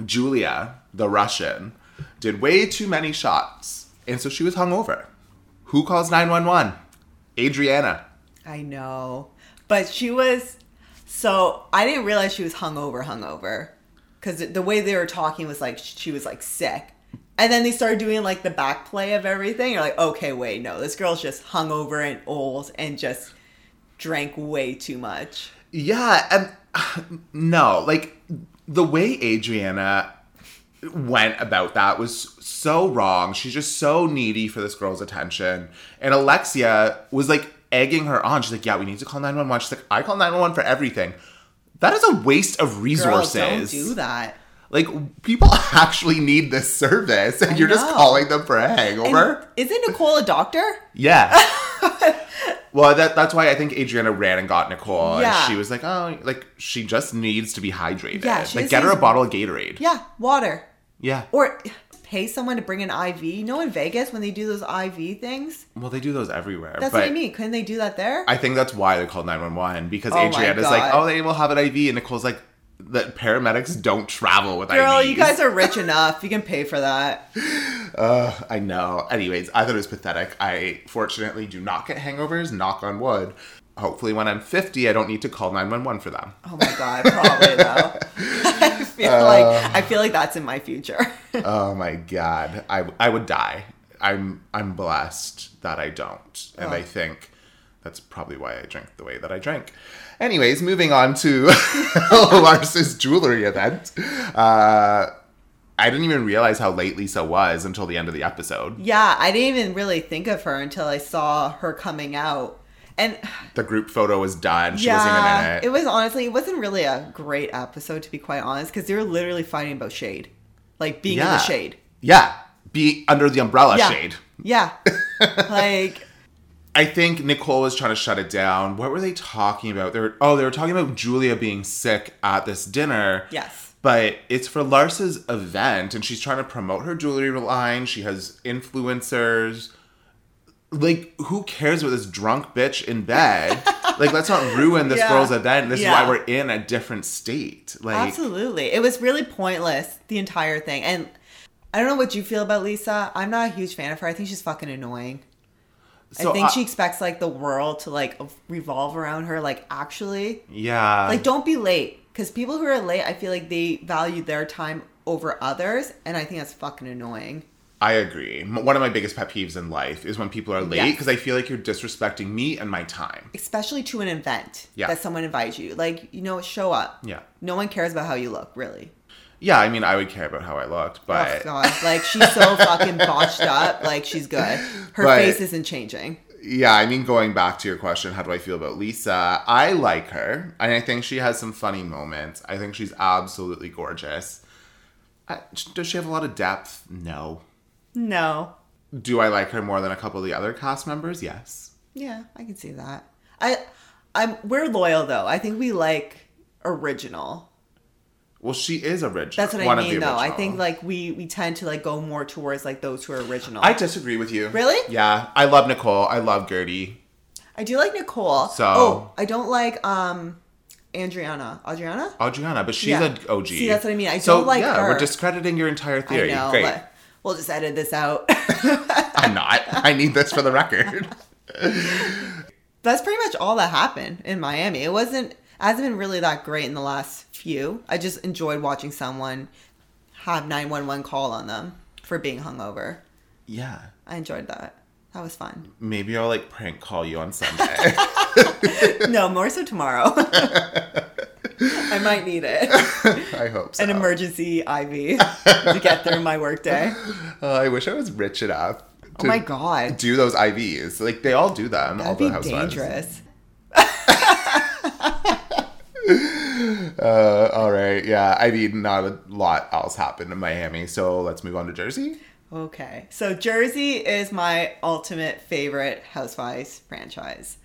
[SPEAKER 1] Julia, the Russian, did way too many shots. And so she was hungover. Who calls 911? Adriana.
[SPEAKER 2] I know. But she was so I didn't realize she was hungover hungover cuz the way they were talking was like she was like sick. And then they started doing like the back play of everything. You're like, okay, wait, no, this girl's just hungover and old and just drank way too much.
[SPEAKER 1] Yeah, and no, like the way Adriana went about that was so wrong. She's just so needy for this girl's attention. And Alexia was like egging her on. She's like, "Yeah, we need to call 911." She's like, "I call 911 for everything." That is a waste of resources.
[SPEAKER 2] Girl, don't do that.
[SPEAKER 1] Like people actually need this service, and
[SPEAKER 2] I
[SPEAKER 1] you're just
[SPEAKER 2] know.
[SPEAKER 1] calling them for a
[SPEAKER 2] And
[SPEAKER 1] hangover.
[SPEAKER 2] isn't Nicole a doctor?
[SPEAKER 1] yeah. well, that that's why I think Adriana ran and got Nicole,
[SPEAKER 2] Yeah.
[SPEAKER 1] and she was like, "Oh, like she just needs to be hydrated.
[SPEAKER 2] Yeah, she
[SPEAKER 1] like
[SPEAKER 2] just
[SPEAKER 1] get her a
[SPEAKER 2] needs-
[SPEAKER 1] bottle of Gatorade.
[SPEAKER 2] Yeah, water.
[SPEAKER 1] yeah.
[SPEAKER 2] Or pay someone to bring an IV. You know in Vegas when they do those IV things?
[SPEAKER 1] Well, they do those everywhere.
[SPEAKER 2] That's
[SPEAKER 1] but
[SPEAKER 2] what I mean. Couldn't they do that there?
[SPEAKER 1] I think that's why they called 911 because
[SPEAKER 2] Oh my
[SPEAKER 1] Adriana's like,
[SPEAKER 2] God.
[SPEAKER 1] oh, they will have an IV. And Nicole's like, the paramedics don't travel with
[SPEAKER 2] Girl,
[SPEAKER 1] IVs.
[SPEAKER 2] you guys are rich enough. You can pay for that.
[SPEAKER 1] Ugh, I know. Anyways, I thought it was pathetic. I fortunately do not get hangovers, knock on wood. Hopefully, when I'm 50, I don't need to call 911 for them.
[SPEAKER 2] Oh my god, probably though. I feel
[SPEAKER 1] Uh.
[SPEAKER 2] like I feel like that's in my future.
[SPEAKER 1] oh my God. I, I would die. I'm, I'm blessed that I don't. And
[SPEAKER 2] Oh.
[SPEAKER 1] I think that's probably why I drink the way that I drink. Anyways, moving on to Lars's jewelry event. Uh, I didn't even realize how late Lisa was until the end of the episode.
[SPEAKER 2] yeah, I didn't even really think of her until I saw her coming out. And
[SPEAKER 1] The group photo was done. She wasn't even
[SPEAKER 2] yeah,
[SPEAKER 1] in it.
[SPEAKER 2] it was honestly it wasn't really a great episode to be quite honest because they were literally fighting about shade, like being in
[SPEAKER 1] Yeah.
[SPEAKER 2] the shade.
[SPEAKER 1] yeah, be under the umbrella
[SPEAKER 2] Yeah.
[SPEAKER 1] shade.
[SPEAKER 2] Yeah, like
[SPEAKER 1] I think Nicole was trying to shut it down. What were they talking about? They were, oh, they were talking about Julia being sick at this dinner.
[SPEAKER 2] yes,
[SPEAKER 1] But it's for Larsa's event, and she's trying to promote her jewelry line. She has influencers. Like, who cares about this drunk bitch in bed? like, let's not ruin this
[SPEAKER 2] Yeah.
[SPEAKER 1] girl's event. This
[SPEAKER 2] Yeah.
[SPEAKER 1] is why we're in a different state. Like,
[SPEAKER 2] absolutely. It was really pointless the entire thing. And I don't know what you feel about Lisa. I'm not a huge fan of her. I think she's fucking annoying.
[SPEAKER 1] so uh,
[SPEAKER 2] I think she expects like the world to like revolve around her. Like
[SPEAKER 1] Mm.
[SPEAKER 2] actually,
[SPEAKER 1] Yeah.
[SPEAKER 2] like don't be late because people who are late, I feel like they value their time over others, and I think that's fucking annoying.
[SPEAKER 1] I agree. M- One of my biggest pet peeves in life is when people are late
[SPEAKER 2] Yes.
[SPEAKER 1] because I feel like you're disrespecting me and my time.
[SPEAKER 2] Especially to an event
[SPEAKER 1] Yeah.
[SPEAKER 2] that someone invites you. Like you know, show up.
[SPEAKER 1] Yeah.
[SPEAKER 2] No one cares about how you look, really.
[SPEAKER 1] Yeah, I mean, I would care about how I looked,
[SPEAKER 2] Oh
[SPEAKER 1] but
[SPEAKER 2] god, like she's so fucking botched up. Like she's good. Her
[SPEAKER 1] But-
[SPEAKER 2] face isn't changing.
[SPEAKER 1] yeah, I mean, going back to your question, how do I feel about Lisa? I like her, and I think she has some funny moments. I think she's absolutely gorgeous. I, does she have a lot of depth? No.
[SPEAKER 2] No.
[SPEAKER 1] Do I like her more than a couple of the other cast members? Yes.
[SPEAKER 2] Yeah, I can see that. I, I'm we're loyal though. I think we like original.
[SPEAKER 1] Well, she is original.
[SPEAKER 2] That's what
[SPEAKER 1] one
[SPEAKER 2] I
[SPEAKER 1] of the
[SPEAKER 2] mean, though. I
[SPEAKER 1] original.
[SPEAKER 2] think like we we tend to like go more towards like those who are original.
[SPEAKER 1] I
[SPEAKER 2] I,
[SPEAKER 1] disagree with you.
[SPEAKER 2] Really?
[SPEAKER 1] Yeah, I love Nicole. I love Gertie.
[SPEAKER 2] do like Nicole.
[SPEAKER 1] So-
[SPEAKER 2] oh, I don't like um, Adriana. Adriana.
[SPEAKER 1] Adriana, but she's
[SPEAKER 2] Yeah.
[SPEAKER 1] an OG.
[SPEAKER 2] See, that's what I mean. I
[SPEAKER 1] so,
[SPEAKER 2] don't like
[SPEAKER 1] yeah,
[SPEAKER 2] her.
[SPEAKER 1] we're discrediting your entire
[SPEAKER 2] I
[SPEAKER 1] theory.
[SPEAKER 2] know.
[SPEAKER 1] Great.
[SPEAKER 2] but we'll just edit this out.
[SPEAKER 1] I'm not. I need this for the record.
[SPEAKER 2] that's pretty much all that happened in Miami. It wasn't hasn't been really that great in the last few. I just enjoyed watching someone have nine one one call on them for being hungover.
[SPEAKER 1] yeah.
[SPEAKER 2] I enjoyed that. That was fun.
[SPEAKER 1] Maybe I'll like prank call you on Sunday.
[SPEAKER 2] no, more so tomorrow. I might need it.
[SPEAKER 1] I hope so.
[SPEAKER 2] an emergency IV to get through my workday.
[SPEAKER 1] Uh, I wish I was rich enough to
[SPEAKER 2] Oh my god,
[SPEAKER 1] do those IVs. Like they all do them. all
[SPEAKER 2] that'd
[SPEAKER 1] the
[SPEAKER 2] be
[SPEAKER 1] housewives.
[SPEAKER 2] dangerous.
[SPEAKER 1] Uh, all right. Yeah. I mean, not a lot else happened in Miami. So let's move on to Jersey.
[SPEAKER 2] Okay, so Jersey is my ultimate favorite Housewives franchise.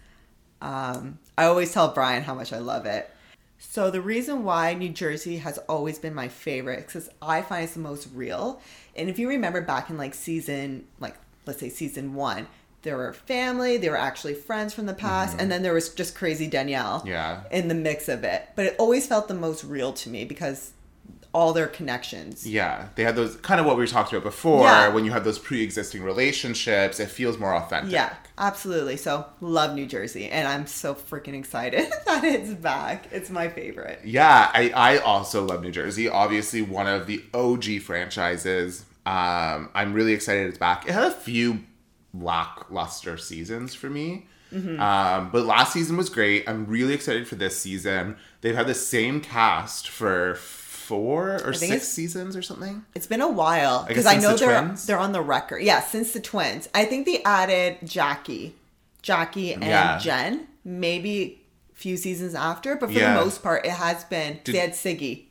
[SPEAKER 2] Um, I always tell Brian how much I love it. So the reason why New Jersey has always been my favorite because I find it's the most real. And if you remember back in like season, like let's say season one, there were family, they were actually friends from the past, and then there was just crazy Danielle.
[SPEAKER 1] Mm-hmm. Yeah.
[SPEAKER 2] in the mix of it. But it always felt the most real to me because all their connections.
[SPEAKER 1] Yeah. They had those kind of what we talked about before.
[SPEAKER 2] Yeah.
[SPEAKER 1] When you have those pre existing relationships, it feels more authentic.
[SPEAKER 2] Yeah, absolutely. So love New Jersey, and I'm so freaking excited that it's back. It's my favorite.
[SPEAKER 1] Yeah, I, I also love New Jersey. Obviously, one of the OG franchises. Um, I'm really excited it's back. It had a few lackluster seasons for me.
[SPEAKER 2] Mm-hmm.
[SPEAKER 1] Um, but last season was great. I'm really excited for this season. They've had the same cast for four or six
[SPEAKER 2] think it's-
[SPEAKER 1] seasons or something.
[SPEAKER 2] It's been a while
[SPEAKER 1] guess
[SPEAKER 2] because I,
[SPEAKER 1] since
[SPEAKER 2] know
[SPEAKER 1] the
[SPEAKER 2] they're
[SPEAKER 1] twins?
[SPEAKER 2] they're on the record. Yeah, since the twins, I think they added Jackie, Jackie and
[SPEAKER 1] Yeah.
[SPEAKER 2] Jen, maybe a few seasons after. But for
[SPEAKER 1] Yeah.
[SPEAKER 2] the most part, it has been they had Siggy.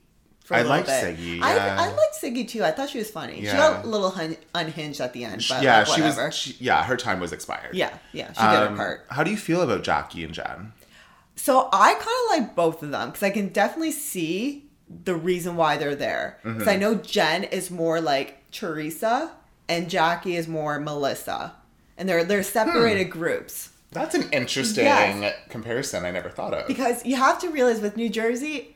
[SPEAKER 2] For a
[SPEAKER 1] I
[SPEAKER 2] little
[SPEAKER 1] liked
[SPEAKER 2] bit.
[SPEAKER 1] Siggy,
[SPEAKER 2] I,
[SPEAKER 1] yeah.
[SPEAKER 2] I liked Siggy too. I thought she was funny. She
[SPEAKER 1] Yeah.
[SPEAKER 2] got a little hun- unhinged at the end,
[SPEAKER 1] Sh-
[SPEAKER 2] but
[SPEAKER 1] yeah,
[SPEAKER 2] like,
[SPEAKER 1] she
[SPEAKER 2] whatever.
[SPEAKER 1] was. She, yeah, her time was expired.
[SPEAKER 2] yeah, yeah, she did her
[SPEAKER 1] Um,
[SPEAKER 2] part.
[SPEAKER 1] How do you feel about Jackie and Jen?
[SPEAKER 2] So I kind of like both of them because I can definitely see the reason why they're there. Because I know Jen is more like Teresa and Jackie is more Melissa, and they're they're separated groups
[SPEAKER 1] That's an interesting
[SPEAKER 2] Yes.
[SPEAKER 1] comparison I never thought of.
[SPEAKER 2] because you have to realize with New Jersey,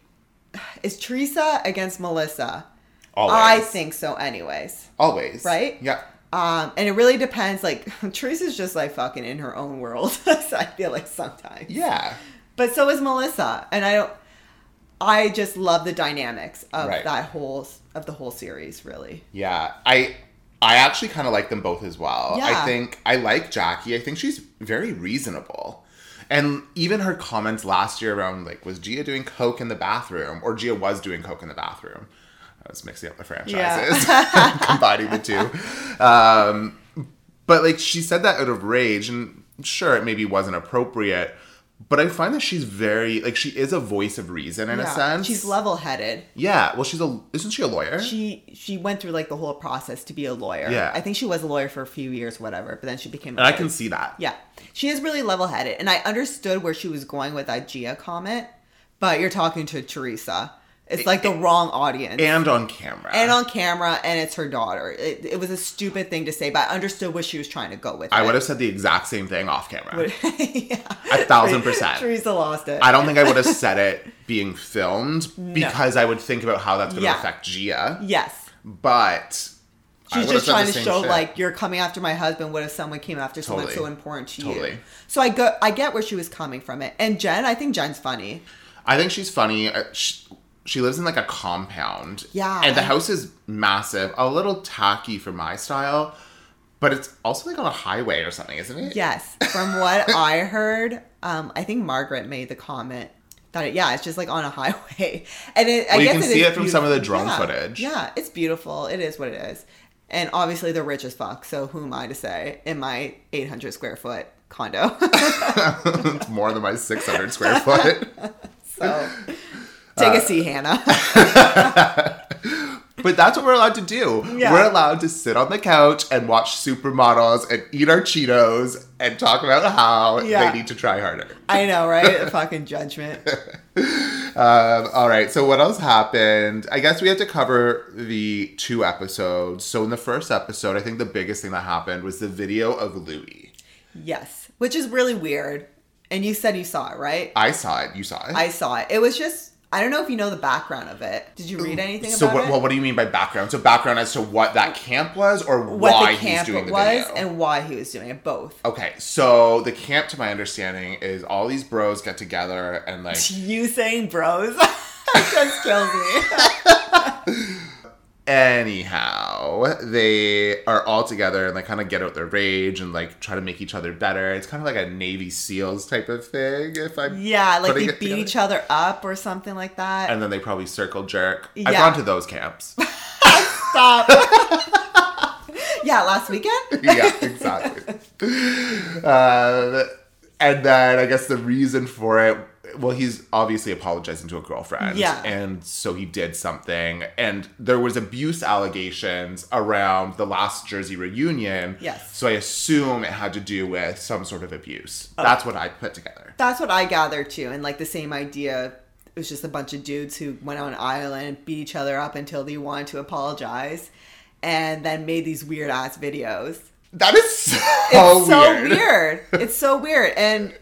[SPEAKER 2] is Teresa against Melissa?
[SPEAKER 1] Always.
[SPEAKER 2] I think so, anyways.
[SPEAKER 1] Always.
[SPEAKER 2] Right?
[SPEAKER 1] Yeah.
[SPEAKER 2] Um, and it really depends. Like Teresa's just like fucking in her own world. so I feel like sometimes.
[SPEAKER 1] Yeah.
[SPEAKER 2] But so is Melissa, and I don't. I just love the dynamics of
[SPEAKER 1] Right.
[SPEAKER 2] that whole of the whole series. Really,
[SPEAKER 1] Yeah. I I actually kind of like them both as well. I
[SPEAKER 2] Yeah.
[SPEAKER 1] think I like Jackie. I think she's very reasonable. And even her comments last year around like was Gia doing coke in the bathroom or Gia was doing coke in the bathroom. I was mixing up the franchises, combining the two. Um, but like she said that out of rage, and sure, it maybe wasn't appropriate. But I find that she's very like she is a voice of reason in a
[SPEAKER 2] Yeah.
[SPEAKER 1] sense.
[SPEAKER 2] she's level headed.
[SPEAKER 1] Yeah, well, she's a isn't she a lawyer?
[SPEAKER 2] She she went through like the whole process to be a lawyer.
[SPEAKER 1] Yeah.
[SPEAKER 2] I think she was a lawyer for a few years, whatever. But then she became. A
[SPEAKER 1] and I
[SPEAKER 2] lawyer.
[SPEAKER 1] can see that.
[SPEAKER 2] Yeah, she is really level headed, and I understood where she was going with that Gia comment. But you're talking to Teresa. It's like the wrong audience.
[SPEAKER 1] and on camera.
[SPEAKER 2] and on camera, and it's her daughter. It, it was a stupid thing to say, but I understood what she was trying to go with.
[SPEAKER 1] I
[SPEAKER 2] it.
[SPEAKER 1] would have said the exact same thing off camera.
[SPEAKER 2] yeah.
[SPEAKER 1] A thousand percent.
[SPEAKER 2] Teresa lost it.
[SPEAKER 1] I don't think I would have said it being filmed because I would think about how that's going to
[SPEAKER 2] Yeah.
[SPEAKER 1] affect Gia.
[SPEAKER 2] yes.
[SPEAKER 1] But I would
[SPEAKER 2] She's
[SPEAKER 1] have
[SPEAKER 2] just
[SPEAKER 1] said
[SPEAKER 2] trying
[SPEAKER 1] the
[SPEAKER 2] to
[SPEAKER 1] same
[SPEAKER 2] show
[SPEAKER 1] shit.
[SPEAKER 2] like you're coming after my husband. What if someone came after someone
[SPEAKER 1] Totally.
[SPEAKER 2] so important to you?
[SPEAKER 1] Totally.
[SPEAKER 2] So I go, I get where she was coming from it. And Jen, I think Jen's funny.
[SPEAKER 1] I think she's funny. Uh, She, she lives in like a compound.
[SPEAKER 2] Yeah,
[SPEAKER 1] And the
[SPEAKER 2] I-
[SPEAKER 1] house is massive, a little tacky for my style, but it's also like on a highway or something, isn't it?
[SPEAKER 2] Yes, from what I heard, um, I think Margaret made the comment that it, yeah, it's just like on a highway, and it, I
[SPEAKER 1] Well, you
[SPEAKER 2] guess
[SPEAKER 1] can
[SPEAKER 2] it
[SPEAKER 1] see
[SPEAKER 2] is
[SPEAKER 1] it from some of the
[SPEAKER 2] beautiful.
[SPEAKER 1] drone
[SPEAKER 2] Yeah,
[SPEAKER 1] footage.
[SPEAKER 2] Yeah, it's beautiful. It is what it is, and obviously they're rich as fuck. So who am I to say in my 800 square foot condo?
[SPEAKER 1] it's more than my 600 square foot.
[SPEAKER 2] so
[SPEAKER 1] Uh,
[SPEAKER 2] take a seat, Hannah.
[SPEAKER 1] But that's what we're allowed to do.
[SPEAKER 2] Yeah.
[SPEAKER 1] We're allowed to sit on the couch and watch supermodels and eat our Cheetos and talk about how
[SPEAKER 2] Yeah.
[SPEAKER 1] they need to try harder.
[SPEAKER 2] I know, right? Fucking judgment.
[SPEAKER 1] Um, all right, so what else happened? I guess we have to cover the two episodes. So in the first episode, I think the biggest thing that happened was the video of Louis.
[SPEAKER 2] Yes, which is really weird. And you said you saw it, right?
[SPEAKER 1] I saw it. You saw it.
[SPEAKER 2] I saw it. It was just I don't know if you know the background of it. Did you read anything
[SPEAKER 1] so
[SPEAKER 2] about
[SPEAKER 1] what,
[SPEAKER 2] it?
[SPEAKER 1] well, what do you mean by background? So background as to what that camp was or
[SPEAKER 2] what
[SPEAKER 1] why
[SPEAKER 2] the camp
[SPEAKER 1] he's doing the
[SPEAKER 2] was
[SPEAKER 1] video.
[SPEAKER 2] and why he was doing it. Both.
[SPEAKER 1] okay, so the camp, to my understanding, is all these bros get together and like
[SPEAKER 2] You saying bros just kills me.
[SPEAKER 1] Anyhow, they are all together and they kind of get out their rage and like try to make each other better. It's kind of like a Navy SEALs type of thing, if I'm
[SPEAKER 2] yeah, like
[SPEAKER 1] putting
[SPEAKER 2] they
[SPEAKER 1] it
[SPEAKER 2] beat
[SPEAKER 1] together.
[SPEAKER 2] each other up or something like that.
[SPEAKER 1] And then they probably circle jerk. I've
[SPEAKER 2] Yeah.
[SPEAKER 1] gone to those camps.
[SPEAKER 2] Stop. yeah, last weekend.
[SPEAKER 1] yeah, exactly. um, and then I guess the reason for it, well, he's obviously apologizing to a girlfriend.
[SPEAKER 2] Yeah.
[SPEAKER 1] And so he did something. And there was abuse allegations around the last Jersey reunion.
[SPEAKER 2] Yes.
[SPEAKER 1] So I assume it had to do with some sort of abuse.
[SPEAKER 2] Oh.
[SPEAKER 1] That's what I put together.
[SPEAKER 2] That's what I gathered too, and like the same idea. It was just a bunch of dudes who went on an island, beat each other up until they wanted to apologize, and then made these weird ass videos.
[SPEAKER 1] That is so
[SPEAKER 2] it's so
[SPEAKER 1] Oh, weird.
[SPEAKER 2] weird. It's so weird. And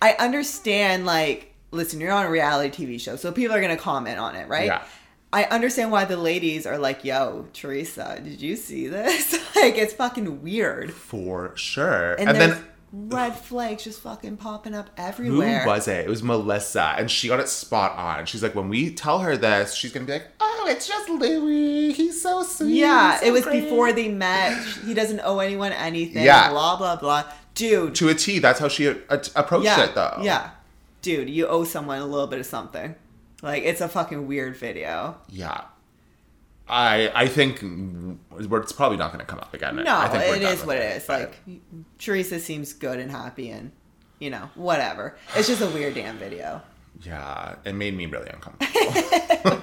[SPEAKER 2] I understand, like, listen, you're on a reality TV show, so people are going to comment on it, right?
[SPEAKER 1] Yeah.
[SPEAKER 2] I understand why the ladies are like, yo, Teresa, did you see this? like, it's fucking weird.
[SPEAKER 1] For sure.
[SPEAKER 2] And,
[SPEAKER 1] and
[SPEAKER 2] there's
[SPEAKER 1] then
[SPEAKER 2] red flags just fucking popping up
[SPEAKER 1] Who
[SPEAKER 2] everywhere.
[SPEAKER 1] was it? It was Melissa, and she got it spot on. She's like, when we tell her this, she's gonna be like, "Oh, oh, it's just Louis. He's so sweet.
[SPEAKER 2] Yeah,
[SPEAKER 1] he's so
[SPEAKER 2] it was
[SPEAKER 1] great."
[SPEAKER 2] before they met. He doesn't owe anyone anything.
[SPEAKER 1] Yeah.
[SPEAKER 2] Blah, blah, blah. Dude.
[SPEAKER 1] To a T, that's how she a- a- approached
[SPEAKER 2] yeah.
[SPEAKER 1] it, though.
[SPEAKER 2] Yeah. Dude, you owe someone a little bit of something. Like, it's a fucking weird video.
[SPEAKER 1] Yeah. I I think we're, it's probably not going to come up again.
[SPEAKER 2] No,
[SPEAKER 1] I think we're
[SPEAKER 2] it
[SPEAKER 1] done
[SPEAKER 2] is
[SPEAKER 1] with
[SPEAKER 2] what it is.
[SPEAKER 1] but-
[SPEAKER 2] Like, Teresa seems good and happy and, you know, whatever. It's just a weird damn video.
[SPEAKER 1] Yeah, it made me really uncomfortable.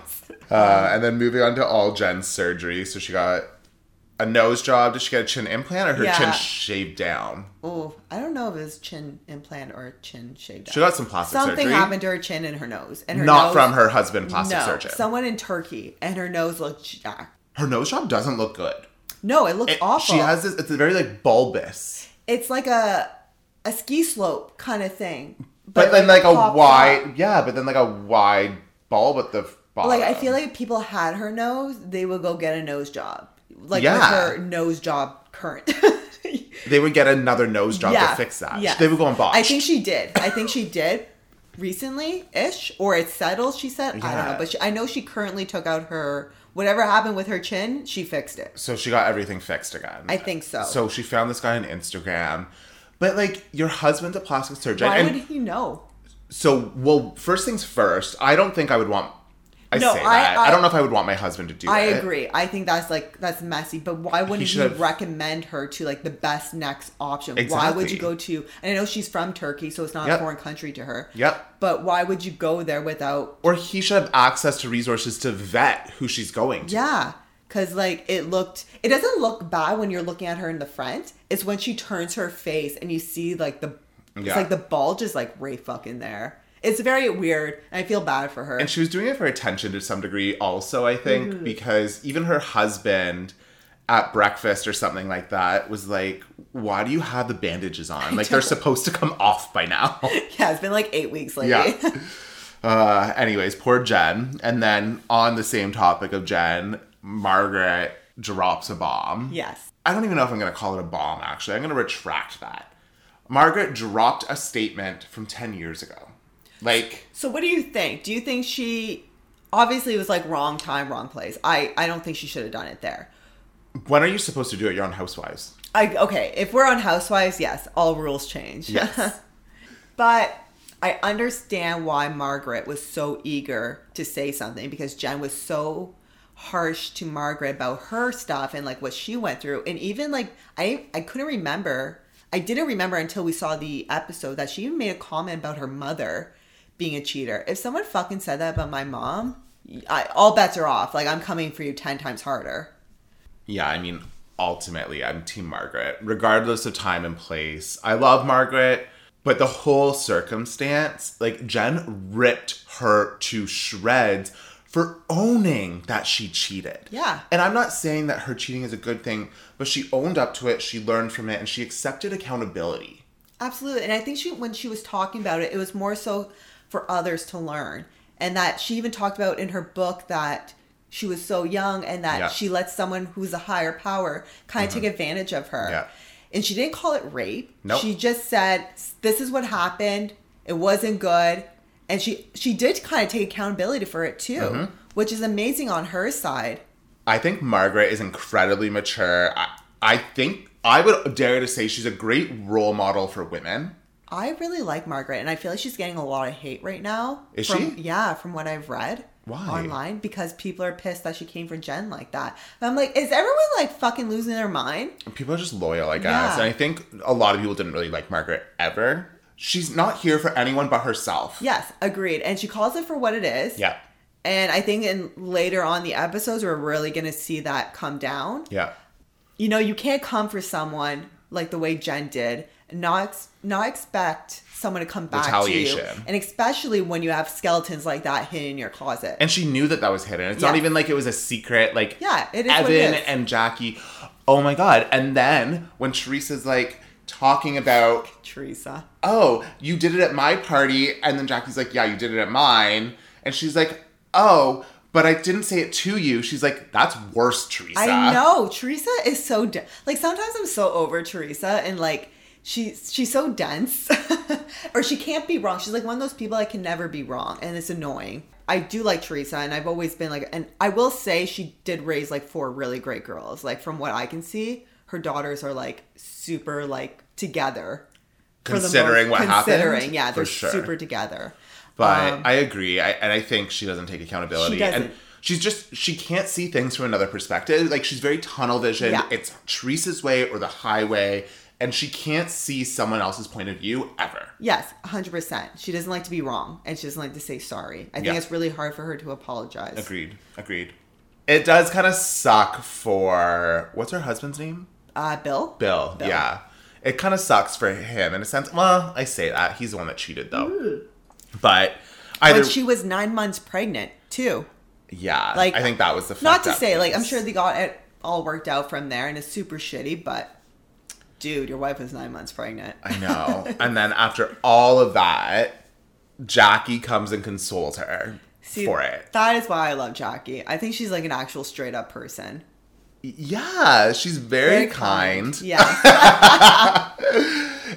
[SPEAKER 1] uh, and then moving on to all Jen's surgery. So she got a nose job. Did she get a chin implant or her
[SPEAKER 2] Yeah.
[SPEAKER 1] chin shaved down?
[SPEAKER 2] Oh, I don't know if it was chin implant or chin shaved
[SPEAKER 1] She
[SPEAKER 2] down.
[SPEAKER 1] got some plastic
[SPEAKER 2] Something
[SPEAKER 1] surgery.
[SPEAKER 2] happened to her chin and her nose. And her
[SPEAKER 1] Not
[SPEAKER 2] nose-
[SPEAKER 1] from her husband, plastic
[SPEAKER 2] no,
[SPEAKER 1] surgeon.
[SPEAKER 2] someone in Turkey, and her nose looked jacked.
[SPEAKER 1] her nose job doesn't look good.
[SPEAKER 2] No, it looked
[SPEAKER 1] It-
[SPEAKER 2] awful.
[SPEAKER 1] She has this. It's a very like bulbous,
[SPEAKER 2] it's like a a ski slope kind of thing.
[SPEAKER 1] but,
[SPEAKER 2] it,
[SPEAKER 1] then like, a
[SPEAKER 2] popped
[SPEAKER 1] wide.
[SPEAKER 2] up.
[SPEAKER 1] Yeah, but then like a wide bulb at the bottom.
[SPEAKER 2] Like I feel like if people had her nose, they would go get a nose job. Like
[SPEAKER 1] Yeah.
[SPEAKER 2] with her nose job current.
[SPEAKER 1] they would get another nose job
[SPEAKER 2] yeah.
[SPEAKER 1] to fix that.
[SPEAKER 2] yes.
[SPEAKER 1] They would go and botch.
[SPEAKER 2] I think she did. I think she did recently ish, or it's settled. She said I don't
[SPEAKER 1] Yeah.
[SPEAKER 2] know, but she, I know she currently took out her whatever happened with her chin. She fixed it.
[SPEAKER 1] So she got everything fixed again.
[SPEAKER 2] I think so.
[SPEAKER 1] So she found this guy on Instagram. But like your husband's a plastic surgeon.
[SPEAKER 2] Why
[SPEAKER 1] and
[SPEAKER 2] would he know?
[SPEAKER 1] so well, first things first, I don't think I would want I
[SPEAKER 2] No,
[SPEAKER 1] say
[SPEAKER 2] I-
[SPEAKER 1] that. I,
[SPEAKER 2] I-
[SPEAKER 1] don't know if I would want my husband to do
[SPEAKER 2] I
[SPEAKER 1] it.
[SPEAKER 2] agree. I think that's like that's messy. But why wouldn't
[SPEAKER 1] should
[SPEAKER 2] you
[SPEAKER 1] have-
[SPEAKER 2] recommend her to like the best next option? Why would
[SPEAKER 1] Exactly.
[SPEAKER 2] you go to? And I know she's from Turkey, so it's not
[SPEAKER 1] Yep.
[SPEAKER 2] a foreign country to her.
[SPEAKER 1] Yep.
[SPEAKER 2] But why would you go there without?
[SPEAKER 1] Or he should have access to resources to vet who she's going to.
[SPEAKER 2] Yeah, because like it looked. It doesn't look bad when you're looking at her in the front. It's when she turns her face and you see like the,
[SPEAKER 1] Yeah.
[SPEAKER 2] it's like the bulge is like way fucking there. It's very weird. And I feel bad for her.
[SPEAKER 1] And she was doing it for attention to some degree, also, I think,
[SPEAKER 2] Mm-hmm.
[SPEAKER 1] because even her husband at breakfast or something like that was like, Why do you have the bandages on? like, they're
[SPEAKER 2] don't-
[SPEAKER 1] supposed to come off by now.
[SPEAKER 2] yeah, it's been like eight weeks lately.
[SPEAKER 1] Yeah. uh, anyways, poor Jen. And then on the same topic of Jen, Margaret drops a bomb.
[SPEAKER 2] yes.
[SPEAKER 1] I don't even know if I'm going to call it a bomb, actually. I'm going to retract that. Margaret dropped a statement from 10 years ago. Like,
[SPEAKER 2] So what do you think? Do you think she obviously it was like wrong time, wrong place? I I don't think she should have done it there.
[SPEAKER 1] when are you supposed to do it? You're on Housewives.
[SPEAKER 2] I okay, if we're on Housewives, yes, all rules change.
[SPEAKER 1] Yes.
[SPEAKER 2] but I understand why Margaret was so eager to say something because Jen was so harsh to Margaret about her stuff and like what she went through and even like I I couldn't remember. I didn't remember until we saw the episode that she even made a comment about her mother being a cheater. If someone fucking said that about my mom, I, all bets are off. Like I'm coming for you 10 times harder.
[SPEAKER 1] yeah, I mean, ultimately, I'm Team Margaret, regardless of time and place. I love Margaret, but the whole circumstance, like, Jen ripped her to shreds for owning that she cheated.
[SPEAKER 2] Yeah.
[SPEAKER 1] And I'm not saying that her cheating is a good thing, but she owned up to it, she learned from it, and she accepted accountability.
[SPEAKER 2] Absolutely. And I think she when she was talking about it, it was more so for others to learn. And that she even talked about in her book that she was so young and that
[SPEAKER 1] Yeah. Mm-hmm.
[SPEAKER 2] she let someone who's a higher power kind of take advantage of her.
[SPEAKER 1] Yeah.
[SPEAKER 2] And she didn't call it rape.
[SPEAKER 1] Nope.
[SPEAKER 2] She just said this is what happened. It wasn't good. And she she did kind of take accountability for it too,
[SPEAKER 1] Mm-hmm.
[SPEAKER 2] which is amazing on her side.
[SPEAKER 1] I think Margaret is incredibly mature. I, I think I would dare to say she's a great role model for women.
[SPEAKER 2] I really like Margaret, and I feel like she's getting a lot of hate right now.
[SPEAKER 1] Is
[SPEAKER 2] from,
[SPEAKER 1] she?
[SPEAKER 2] Yeah, from what I've read.
[SPEAKER 1] Why?
[SPEAKER 2] Online, because people are pissed that she came for Jen like that. And I'm like, is everyone like fucking losing their mind?
[SPEAKER 1] people are just loyal, I guess.
[SPEAKER 2] Yeah.
[SPEAKER 1] And I think a lot of people didn't really like Margaret ever. She's not here for anyone but herself.
[SPEAKER 2] Yes, agreed. And she calls it for what it is.
[SPEAKER 1] Yeah.
[SPEAKER 2] And I think in later on the episodes, we're really gonna see that come down.
[SPEAKER 1] Yeah.
[SPEAKER 2] You know, you can't come for someone like the way Jen did, and not ex- not expect someone to come back to you,
[SPEAKER 1] Retaliation.
[SPEAKER 2] and especially when you have skeletons like that hidden in your closet.
[SPEAKER 1] And she knew that that was hidden. It's not
[SPEAKER 2] Yeah.
[SPEAKER 1] even like it was a secret. Like,
[SPEAKER 2] Yeah, it is
[SPEAKER 1] Evan
[SPEAKER 2] what it is.
[SPEAKER 1] and Jackie. Oh my God. And then when Teresa's like talking about,
[SPEAKER 2] Teresa.
[SPEAKER 1] oh, you did it at my party. And then Jackie's like, yeah, you did it at mine. And she's like, oh, but I didn't say it to you. She's like, that's worse, Teresa.
[SPEAKER 2] I know Teresa is so de- like sometimes I'm so over Teresa and like she's she's so dense or she can't be wrong. She's like one of those people that can never be wrong and it's annoying. I do like Teresa, and I've always been like, and I will say she did raise like four really great girls. Like from what I can see, her daughters are like super like together. for the most-
[SPEAKER 1] Considering what happened?
[SPEAKER 2] considering yeah,
[SPEAKER 1] For
[SPEAKER 2] they're
[SPEAKER 1] sure.
[SPEAKER 2] super together. Um,
[SPEAKER 1] But I agree, I, and I think she doesn't take accountability.
[SPEAKER 2] She doesn't.
[SPEAKER 1] And she's just she can't see things from another perspective. Like she's very tunnel vision.
[SPEAKER 2] Yeah.
[SPEAKER 1] It's Teresa's way or the highway, and she can't see someone else's point of view ever.
[SPEAKER 2] Yes, 100%. She doesn't like to be wrong and she doesn't like to say sorry. I think
[SPEAKER 1] Yeah.
[SPEAKER 2] it's really hard for her to apologize.
[SPEAKER 1] Agreed. Agreed. It does kind of suck for what's her husband's name?
[SPEAKER 2] Uh, Bill?
[SPEAKER 1] Bill.
[SPEAKER 2] Bill.
[SPEAKER 1] Yeah. It kind of sucks for him in a sense. Well, I say that he's the one that cheated though. But either
[SPEAKER 2] When Mm. she was nine months pregnant, too.
[SPEAKER 1] yeah,
[SPEAKER 2] like,
[SPEAKER 1] I think that was the
[SPEAKER 2] Not
[SPEAKER 1] fucked
[SPEAKER 2] to
[SPEAKER 1] up
[SPEAKER 2] say, like, I'm
[SPEAKER 1] piece.
[SPEAKER 2] sure they got it all worked out from there and it's super shitty, but dude, your wife was nine months pregnant.
[SPEAKER 1] I know. and then after all of that, Jackie comes and consoles her
[SPEAKER 2] See,
[SPEAKER 1] for it.
[SPEAKER 2] That is why I love Jackie. I think she's like an actual straight up person.
[SPEAKER 1] Yeah, she's very, kind.
[SPEAKER 2] Yeah.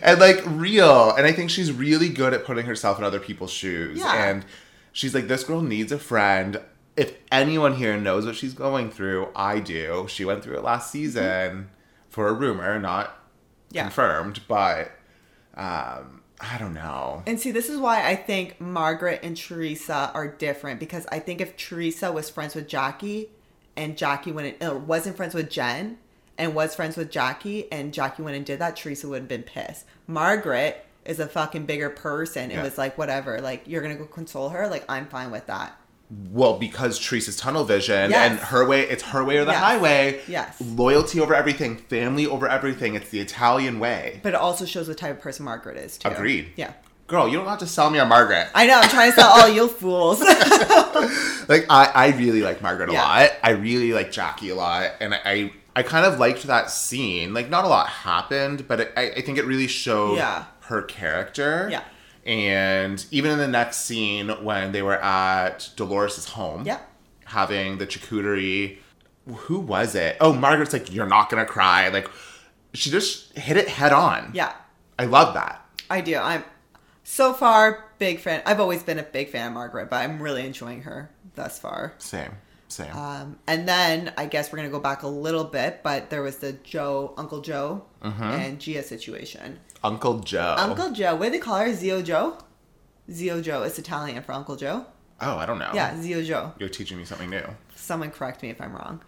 [SPEAKER 1] and like real. And I think she's really good at putting herself in other people's shoes.
[SPEAKER 2] Yeah.
[SPEAKER 1] And she's like, this girl needs a friend. If anyone here knows what she's going through, I do. She went through it last season for a rumor, not
[SPEAKER 2] Mm-hmm. Yeah.
[SPEAKER 1] confirmed, but um, I don't know.
[SPEAKER 2] And see, this is why I think Margaret and Teresa are different because I think if Teresa was friends with Jackie and Jackie went and, or wasn't friends with Jen and was friends with Jackie and Jackie went and did that, Teresa would have been pissed. Margaret is a fucking bigger person. It
[SPEAKER 1] Yeah.
[SPEAKER 2] was like, whatever, like, you're going to go console her. Like, I'm fine with that.
[SPEAKER 1] well because Teresa's tunnel vision
[SPEAKER 2] Yes.
[SPEAKER 1] and her way it's her way or the
[SPEAKER 2] Yes.
[SPEAKER 1] highway
[SPEAKER 2] Yes.
[SPEAKER 1] loyalty over everything family over everything it's the Italian way
[SPEAKER 2] But it also shows what type of person Margaret is, too.
[SPEAKER 1] Agreed.
[SPEAKER 2] Yeah.
[SPEAKER 1] girl you don't have to sell me on Margaret
[SPEAKER 2] I know. I'm trying to sell all you fools.
[SPEAKER 1] like I, I really like Margaret a
[SPEAKER 2] Yeah.
[SPEAKER 1] lot I really like Jackie a lot and I I kind of liked that scene like not a lot happened but it, I, I think it really showed
[SPEAKER 2] Yeah.
[SPEAKER 1] her character
[SPEAKER 2] Yeah.
[SPEAKER 1] and even in the next scene when they were at Dolores' home
[SPEAKER 2] Yep.
[SPEAKER 1] having the charcuterie. Who was it? Oh, Margaret's like, you're not gonna cry. Like, she just hit it head on.
[SPEAKER 2] yeah.
[SPEAKER 1] I love that.
[SPEAKER 2] I do. I'm so far big fan. I've always been a big fan of Margaret, but I'm really enjoying her thus far.
[SPEAKER 1] Same, same.
[SPEAKER 2] Um, and then I guess we're gonna go back a little bit, but there was the Joe, Uncle Joe, and Gia situation.
[SPEAKER 1] Uncle Joe.
[SPEAKER 2] Uncle Joe, what do they call her? Zio Joe. Zio Joe is Italian for Uncle Joe.
[SPEAKER 1] Oh, I don't know.
[SPEAKER 2] Yeah, Zio Joe.
[SPEAKER 1] You're teaching me something new.
[SPEAKER 2] Someone correct me if I'm wrong.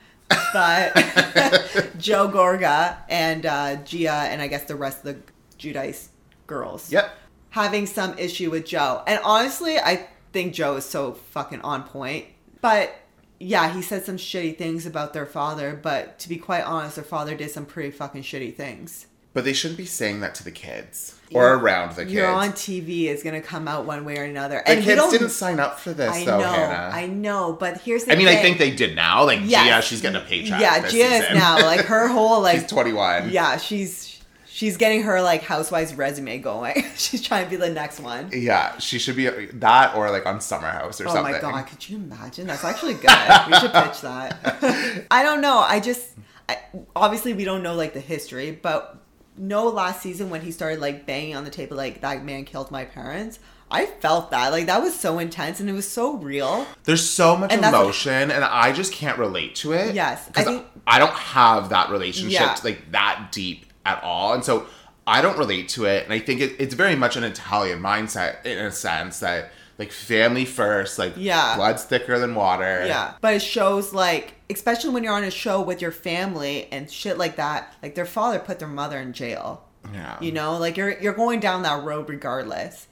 [SPEAKER 2] But Joe Gorga and uh, Gia, and I guess the rest of the Judice girls.
[SPEAKER 1] Yep.
[SPEAKER 2] having some issue with Joe. And honestly, I think Joe is so fucking on point. But yeah, he said some shitty things about their father, but to be quite honest, their father did some pretty fucking shitty things.
[SPEAKER 1] But they shouldn't be saying that to the kids or around the kids.
[SPEAKER 2] You're on TV is going to come out one way or another.
[SPEAKER 1] the
[SPEAKER 2] we
[SPEAKER 1] kids
[SPEAKER 2] don't-
[SPEAKER 1] didn't sign up for this,
[SPEAKER 2] I
[SPEAKER 1] though,
[SPEAKER 2] know,
[SPEAKER 1] Hannah.
[SPEAKER 2] I know, but here's the
[SPEAKER 1] I mean,
[SPEAKER 2] thing.
[SPEAKER 1] I think they did now. Like,
[SPEAKER 2] Yes.
[SPEAKER 1] Gia, she's getting a paycheck.
[SPEAKER 2] Yeah,
[SPEAKER 1] this
[SPEAKER 2] Gia is
[SPEAKER 1] season.
[SPEAKER 2] now like her whole like
[SPEAKER 1] she's 21.
[SPEAKER 2] Yeah, she's she's getting her like housewives resume going. she's trying to be the next one.
[SPEAKER 1] Yeah, she should be that or like on Summer House or
[SPEAKER 2] Oh
[SPEAKER 1] something.
[SPEAKER 2] my god, could you imagine? That's actually good. we should pitch that. I don't know. I just I, obviously we don't know like the history, but no last season when he started like banging on the table like that man killed my parents. I felt that. Like that was so intense and it was so real.
[SPEAKER 1] There's so much
[SPEAKER 2] And that's what-
[SPEAKER 1] emotion, and I just can't relate to it.
[SPEAKER 2] Yes, I
[SPEAKER 1] because I,
[SPEAKER 2] think-
[SPEAKER 1] don't have that relationship
[SPEAKER 2] Yeah.
[SPEAKER 1] like that deep at all, and so I don't relate to it. And I think it, it's very much an Italian mindset in a sense that like family first, like
[SPEAKER 2] Yeah.
[SPEAKER 1] blood's thicker than water.
[SPEAKER 2] Yeah. But it shows like especially when you're on a show with your family and shit like that, like their father put their mother in jail.
[SPEAKER 1] yeah,
[SPEAKER 2] You know, like you're you're going down that road regardless.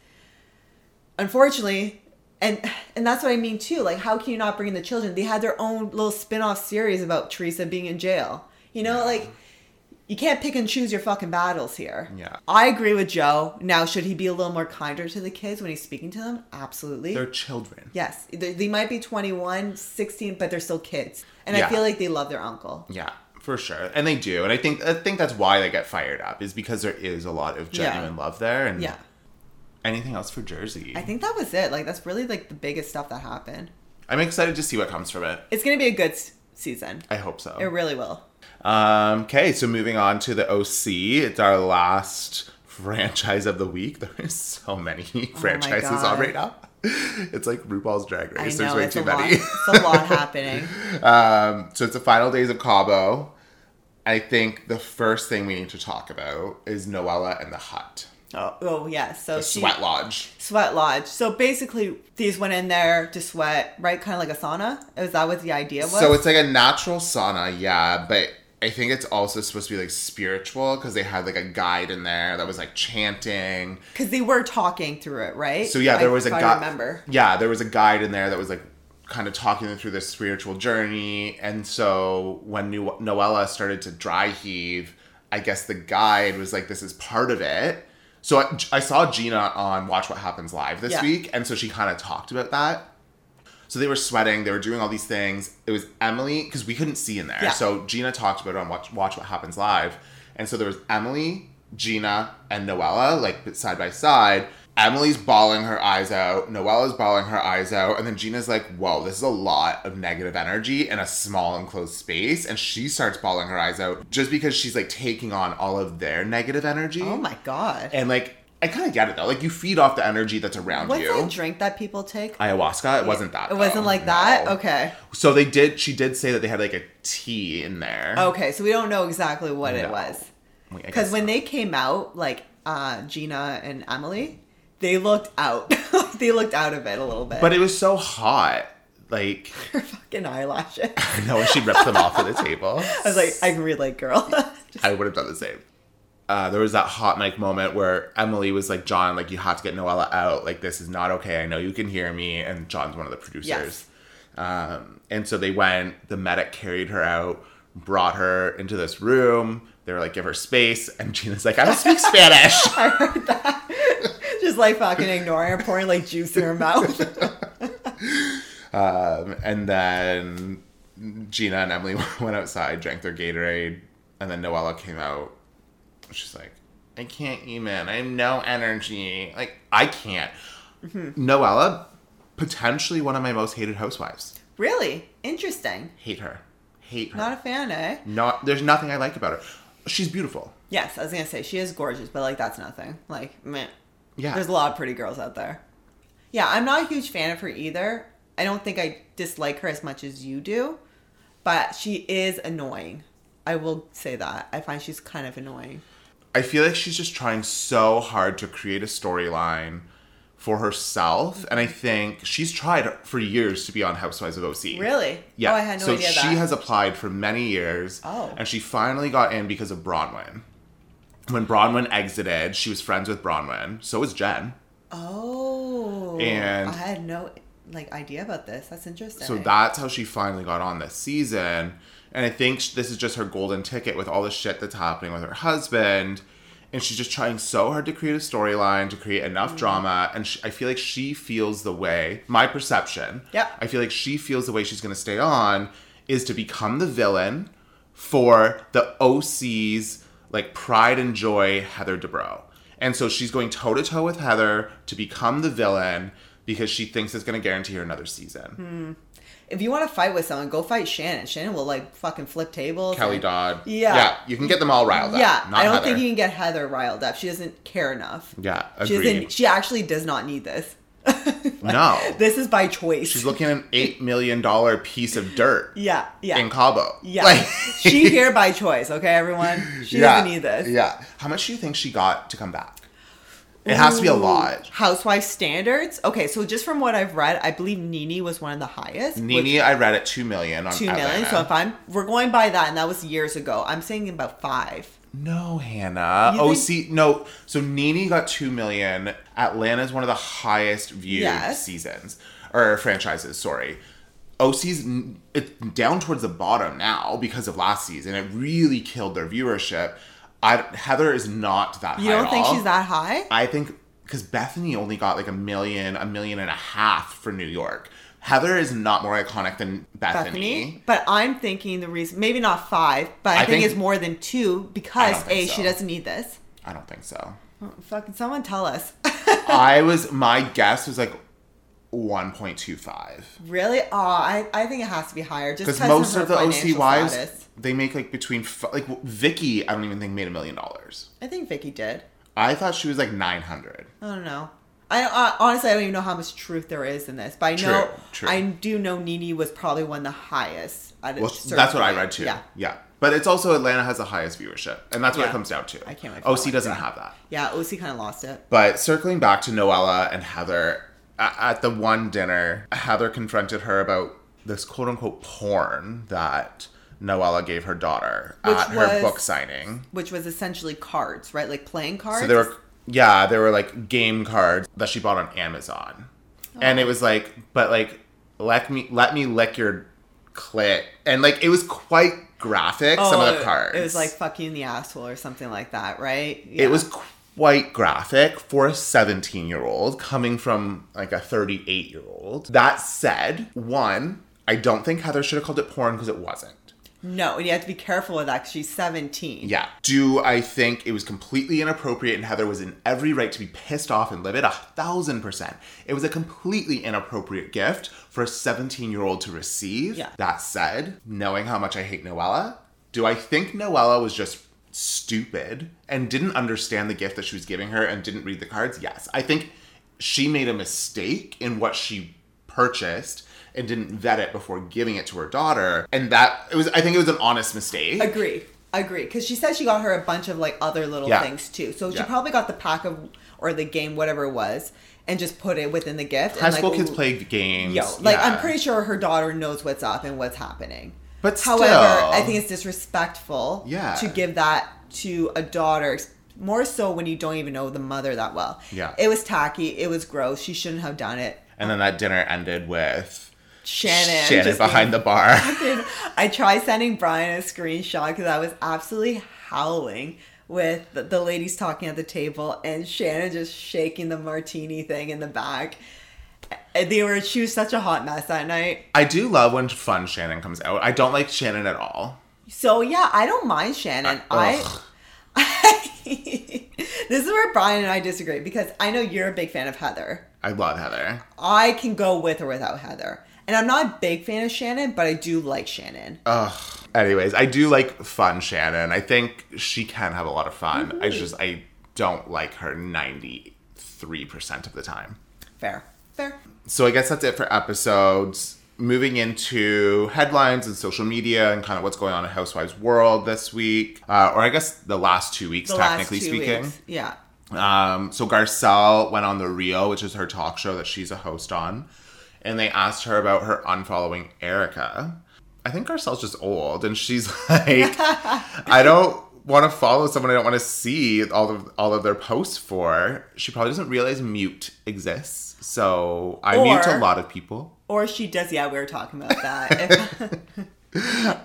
[SPEAKER 2] Unfortunately, and and that's what I mean too. Like, how can you not bring in the children? They had their own little spin-off series about Teresa being in jail. You know, like you can't pick and choose your fucking battles here.
[SPEAKER 1] Yeah.
[SPEAKER 2] I agree with Joe. Now, should he be a little more kinder to the kids when he's speaking to them? Absolutely.
[SPEAKER 1] they're children.
[SPEAKER 2] yes. They, they might be 21, 16, but they're still kids. And
[SPEAKER 1] Yeah.
[SPEAKER 2] I feel like they love their uncle.
[SPEAKER 1] Yeah, for sure, and they do, and I think I think that's why they get fired up is because there is a lot of
[SPEAKER 2] Yeah.
[SPEAKER 1] genuine love there, and
[SPEAKER 2] Yeah.
[SPEAKER 1] Anything else for Jersey?
[SPEAKER 2] I think that was it. Like, that's really like the biggest stuff that happened.
[SPEAKER 1] I'm excited to see what comes from it.
[SPEAKER 2] It's gonna be a good s- season.
[SPEAKER 1] I hope so.
[SPEAKER 2] It really will.
[SPEAKER 1] Um, okay, so moving on to the OC. It's our
[SPEAKER 2] Oh
[SPEAKER 1] last franchise of the week. There is so many franchises
[SPEAKER 2] God.
[SPEAKER 1] on right now. It's like RuPaul's Drag
[SPEAKER 2] I
[SPEAKER 1] Race. There's
[SPEAKER 2] know
[SPEAKER 1] way
[SPEAKER 2] it's a
[SPEAKER 1] too
[SPEAKER 2] lot.
[SPEAKER 1] many.
[SPEAKER 2] It's a lot happening.
[SPEAKER 1] Um, so it's the final days of Cabo. I think the first thing we need to talk about is Noella and the hut,
[SPEAKER 2] Oh, oh yes. So
[SPEAKER 1] the
[SPEAKER 2] she-
[SPEAKER 1] sweat lodge.
[SPEAKER 2] sweat lodge. So basically, these went in there to sweat, right? Kind of like a sauna. Is that what the idea was?
[SPEAKER 1] So it's like a natural sauna, yeah, but I think it's also supposed to be like spiritual because they had like a guide in there that was like chanting.
[SPEAKER 2] because they were talking through it, right?
[SPEAKER 1] So yeah,
[SPEAKER 2] I-
[SPEAKER 1] there was a
[SPEAKER 2] if I
[SPEAKER 1] guide.
[SPEAKER 2] Remember?
[SPEAKER 1] Yeah, there was a guide in there that was like kind of talking them through their spiritual journey. And so when New- Noella started to dry heave, I guess the guide was like, "This is part of it." So I, I saw Gina on Watch What Happens Live this
[SPEAKER 2] Yeah.
[SPEAKER 1] week, and so she kind of talked about that. So they were sweating, they were doing all these things. It was Emily, because we couldn't see in there.
[SPEAKER 2] Yeah.
[SPEAKER 1] So Gina talked about it on Watch, Watch What Happens Live. And so there was Emily, Gina, and Noella, like side by side. Emily's bawling her eyes out, Noella's bawling her eyes out, and then Gina's like, whoa, this is a lot of negative energy in a small enclosed space. And she starts bawling her eyes out just because she's like taking on all of their negative energy.
[SPEAKER 2] Oh my god!
[SPEAKER 1] And like, I kind of get it though. Like, you feed off the energy that's around
[SPEAKER 2] What's
[SPEAKER 1] you.
[SPEAKER 2] that drink that people take?
[SPEAKER 1] Ayahuasca, it wasn't that.
[SPEAKER 2] It wasn't
[SPEAKER 1] though.
[SPEAKER 2] like that.
[SPEAKER 1] No.
[SPEAKER 2] Okay.
[SPEAKER 1] So they did. She did say that they had like a tea in there.
[SPEAKER 2] Okay. So we don't know exactly what it
[SPEAKER 1] No.
[SPEAKER 2] was.
[SPEAKER 1] Wait, I
[SPEAKER 2] Because
[SPEAKER 1] guess-
[SPEAKER 2] Oh, when they came out, like uh, Gina and Emily, they looked out. they looked out of it a little bit.
[SPEAKER 1] but it was so hot. Like
[SPEAKER 2] her fucking eyelashes.
[SPEAKER 1] I know she ripped them off of the table.
[SPEAKER 2] I was like, I can relate, girl. Just-
[SPEAKER 1] I would have done the same. Uh, there was that hot mic moment where Emily was like, "John, like you have to get Noella out. Like this is not okay. I know you can hear me." And John's one of the producers.
[SPEAKER 2] Yes.
[SPEAKER 1] Um, and so they went. The medic carried her out, brought her into this room. They were like, "Give her space." And Gina's like, "I don't speak Spanish."
[SPEAKER 2] I heard that. Just like fucking ignoring her, pouring like juice in her mouth.
[SPEAKER 1] Um, and then Gina and Emily went outside, drank their Gatorade, and then Noella came out. She's like, I can't even. I have no energy. Like, I can't.
[SPEAKER 2] Mm-hmm.
[SPEAKER 1] Noella, potentially one of my most hated housewives.
[SPEAKER 2] really? Interesting.
[SPEAKER 1] Hate her. Hate her.
[SPEAKER 2] Not
[SPEAKER 1] Not,
[SPEAKER 2] a fan, eh?
[SPEAKER 1] there's nothing I like about her. She's beautiful.
[SPEAKER 2] Yes, I was gonna say she is gorgeous, but like that's nothing. Like, meh.
[SPEAKER 1] Yeah.
[SPEAKER 2] There's a lot of pretty girls out there. Yeah, I'm not a huge fan of her either. I don't think I dislike her as much as you do, but she is annoying. I will say that. I find she's kind of annoying.
[SPEAKER 1] I feel like she's just trying so hard to create a storyline for herself. And I think she's tried for years to be on Housewives of OC.
[SPEAKER 2] Really?
[SPEAKER 1] Yeah.
[SPEAKER 2] Oh, I had no
[SPEAKER 1] so
[SPEAKER 2] idea
[SPEAKER 1] she
[SPEAKER 2] that.
[SPEAKER 1] has applied for many years.
[SPEAKER 2] Oh.
[SPEAKER 1] And she finally got in because of Bronwyn. When Bronwyn exited, she was friends with Bronwyn. So was Jen.
[SPEAKER 2] oh.
[SPEAKER 1] And-
[SPEAKER 2] I had no like idea about this. That's interesting.
[SPEAKER 1] So that's how she finally got on this season. And I think sh- this is just her golden ticket with all the shit that's happening with her husband. And she's just trying so hard to create a storyline, to create enough
[SPEAKER 2] Mm-hmm.
[SPEAKER 1] drama. And sh I feel like she feels the way, my perception,
[SPEAKER 2] Yep.
[SPEAKER 1] I feel like she feels the way she's going to stay on is to become the villain for the OC's like pride and joy, Heather Dubrow. And so she's going toe to toe with Heather to become the villain because she thinks it's going to guarantee her another season.
[SPEAKER 2] Hmm. if you want to fight with someone, go fight Shannon. Shannon will like fucking flip tables.
[SPEAKER 1] Kelly
[SPEAKER 2] and-
[SPEAKER 1] Dodd.
[SPEAKER 2] Yeah.
[SPEAKER 1] Yeah. You can get them all riled up.
[SPEAKER 2] Yeah,
[SPEAKER 1] Not
[SPEAKER 2] I don't
[SPEAKER 1] Heather.
[SPEAKER 2] think you can get Heather riled up. She doesn't care enough.
[SPEAKER 1] Yeah.
[SPEAKER 2] She
[SPEAKER 1] Agreed.
[SPEAKER 2] doesn't. She actually does not need this.
[SPEAKER 1] no.
[SPEAKER 2] This is by choice.
[SPEAKER 1] She's looking at an $8 million piece of dirt
[SPEAKER 2] yeah, yeah,
[SPEAKER 1] in Cabo.
[SPEAKER 2] yeah.
[SPEAKER 1] Like-
[SPEAKER 2] she here by choice. Okay, everyone. She
[SPEAKER 1] yeah.
[SPEAKER 2] doesn't need this.
[SPEAKER 1] Yeah. How much do you think she got to come back? It has to be a
[SPEAKER 2] Ooh,
[SPEAKER 1] lot.
[SPEAKER 2] Housewife standards. Okay, so just from what I've read, I believe Nini was one of the highest. which-
[SPEAKER 1] Nini, I read at 2 million on
[SPEAKER 2] two million. So if I'm, we're going by that, and that was years ago. I'm saying about five.
[SPEAKER 1] No, Hannah.
[SPEAKER 2] You
[SPEAKER 1] Oh,
[SPEAKER 2] think-
[SPEAKER 1] see, no. So Nini got 2 million. Atlanta's one of the highest viewed
[SPEAKER 2] Yes.
[SPEAKER 1] seasons or franchises, sorry. OC's n- it's down towards the bottom now because of last season. It really killed their viewership. I, Heather is not that
[SPEAKER 2] You
[SPEAKER 1] high.
[SPEAKER 2] don't
[SPEAKER 1] at
[SPEAKER 2] think
[SPEAKER 1] all.
[SPEAKER 2] she's that high?
[SPEAKER 1] I think because Bethany only got like a million, a million and a half for New York. Heather is not more iconic than Bethany.
[SPEAKER 2] Bethany. But I'm thinking the reason, maybe not five, but I,
[SPEAKER 1] I
[SPEAKER 2] think,
[SPEAKER 1] think-
[SPEAKER 2] it's more than two
[SPEAKER 1] I
[SPEAKER 2] because
[SPEAKER 1] don't
[SPEAKER 2] a
[SPEAKER 1] think
[SPEAKER 2] she
[SPEAKER 1] so.
[SPEAKER 2] doesn't need this.
[SPEAKER 1] I don't think so.
[SPEAKER 2] Oh, fucking someone tell us.
[SPEAKER 1] I was my guess was like 1.25
[SPEAKER 2] really? Oh, I, I think it has to be higher just
[SPEAKER 1] because
[SPEAKER 2] because
[SPEAKER 1] most
[SPEAKER 2] of,
[SPEAKER 1] of the OC wives
[SPEAKER 2] wives.
[SPEAKER 1] they make like between f- like Vicky I don't even think made a million dollars.
[SPEAKER 2] I think Vicky did.
[SPEAKER 1] I thought she was like 900.
[SPEAKER 2] I don't know. I, I honestly I don't even know how much truth there is in this, but I
[SPEAKER 1] True,
[SPEAKER 2] know
[SPEAKER 1] true.
[SPEAKER 2] I do know Nene was probably one of the highest. At a
[SPEAKER 1] Well,
[SPEAKER 2] certain
[SPEAKER 1] that's what I
[SPEAKER 2] point.
[SPEAKER 1] read too.
[SPEAKER 2] Yeah,
[SPEAKER 1] Yeah. But it's also Atlanta has the highest viewership, and that's what
[SPEAKER 2] Yeah.
[SPEAKER 1] it comes down to.
[SPEAKER 2] I can't wait for
[SPEAKER 1] OC
[SPEAKER 2] that.
[SPEAKER 1] doesn't
[SPEAKER 2] Yeah.
[SPEAKER 1] have that.
[SPEAKER 2] yeah. OC kind of lost it.
[SPEAKER 1] But circling back to Noella and Heather, a- at the one dinner, Heather confronted her about this quote unquote porn that Noella gave her daughter
[SPEAKER 2] Which
[SPEAKER 1] at
[SPEAKER 2] was-
[SPEAKER 1] her book signing.
[SPEAKER 2] which was essentially cards, right? Like playing cards.
[SPEAKER 1] So there were, yeah, there were like game cards that she bought on Amazon. And it was like, but like, let me, let me lick your clit. And like, it was quite graphic, some of
[SPEAKER 2] Oh,
[SPEAKER 1] the cards.
[SPEAKER 2] It was like fucking the asshole or something like that, right?
[SPEAKER 1] It was quite graphic for a 17 year old coming from like a 38 year old. That said, one, I don't think Heather should have called it porn because it wasn't.
[SPEAKER 2] no, and you have to be careful with that 'cause she's seventeen.
[SPEAKER 1] Yeah. Do I think it was completely inappropriate and Heather was in every right to be pissed off and livid? A thousand percent. It was a completely inappropriate gift for a 17 year old to receive.
[SPEAKER 2] Yeah.
[SPEAKER 1] That said, knowing how much I hate Noella, do I think Noella was just stupid and didn't understand the gift that she was giving her and didn't read the cards? Yes. I think she made a mistake in what she purchased and didn't vet it before giving it to her daughter and that it was i think it was an honest mistake
[SPEAKER 2] agree, agree. Because she said she got her a bunch of like other little
[SPEAKER 1] Yeah.
[SPEAKER 2] things too. So she
[SPEAKER 1] Yeah.
[SPEAKER 2] probably got the pack of or the game, whatever it was, and just put it within the gift.
[SPEAKER 1] High
[SPEAKER 2] and,
[SPEAKER 1] school
[SPEAKER 2] like,
[SPEAKER 1] kids
[SPEAKER 2] ooh,
[SPEAKER 1] play games.
[SPEAKER 2] Yo, like I'm
[SPEAKER 1] yeah.
[SPEAKER 2] pretty sure her daughter knows what's up and what's happening.
[SPEAKER 1] But
[SPEAKER 2] however,
[SPEAKER 1] still.
[SPEAKER 2] I think it's disrespectful.
[SPEAKER 1] Yeah.
[SPEAKER 2] To give that to a daughter, more so when you don't even know the mother that well.
[SPEAKER 1] Yeah.
[SPEAKER 2] It was tacky. It was gross. She shouldn't have done it.
[SPEAKER 1] And then that dinner ended with
[SPEAKER 2] Shannon.
[SPEAKER 1] Shannon
[SPEAKER 2] just
[SPEAKER 1] behind the bar.
[SPEAKER 2] being- I tried sending Brian a screenshot because I was absolutely howling with the, the ladies talking at the table and Shannon just shaking the martini thing in the back. And They were. She was such a hot mess that night.
[SPEAKER 1] I do love when fun Shannon comes out. I don't like Shannon at all.
[SPEAKER 2] So yeah, I don't mind Shannon.
[SPEAKER 1] I-
[SPEAKER 2] I,
[SPEAKER 1] ugh.
[SPEAKER 2] this is where Brian and I disagree because I know you're a big fan of Heather.
[SPEAKER 1] I love Heather.
[SPEAKER 2] I can go with or without Heather, and I'm not a big fan of Shannon, but I do like Shannon.
[SPEAKER 1] Ugh. Anyways, I do like fun Shannon. I think she can have a lot of fun. I just I don't like her ninety three percent of the time.
[SPEAKER 2] Fair, fair.
[SPEAKER 1] So I guess that's it for episodes. Moving into headlines and social media and kind of what's going on in Housewives World this week, uh, or I guess the last two weeks,
[SPEAKER 2] The
[SPEAKER 1] technically
[SPEAKER 2] last two
[SPEAKER 1] speaking.
[SPEAKER 2] weeks, yeah.
[SPEAKER 1] Um, so Garcelle went on the Rio, which is her talk show that she's a host on, and they asked her about her unfollowing Erica. I think Garcelle's just old, and she's like, I don't want to follow someone I don't want to see all of all of their posts for. She probably doesn't realize mute exists, so I mute
[SPEAKER 2] Or-
[SPEAKER 1] a lot of people.
[SPEAKER 2] Or she does. Yeah, we were talking about that. If,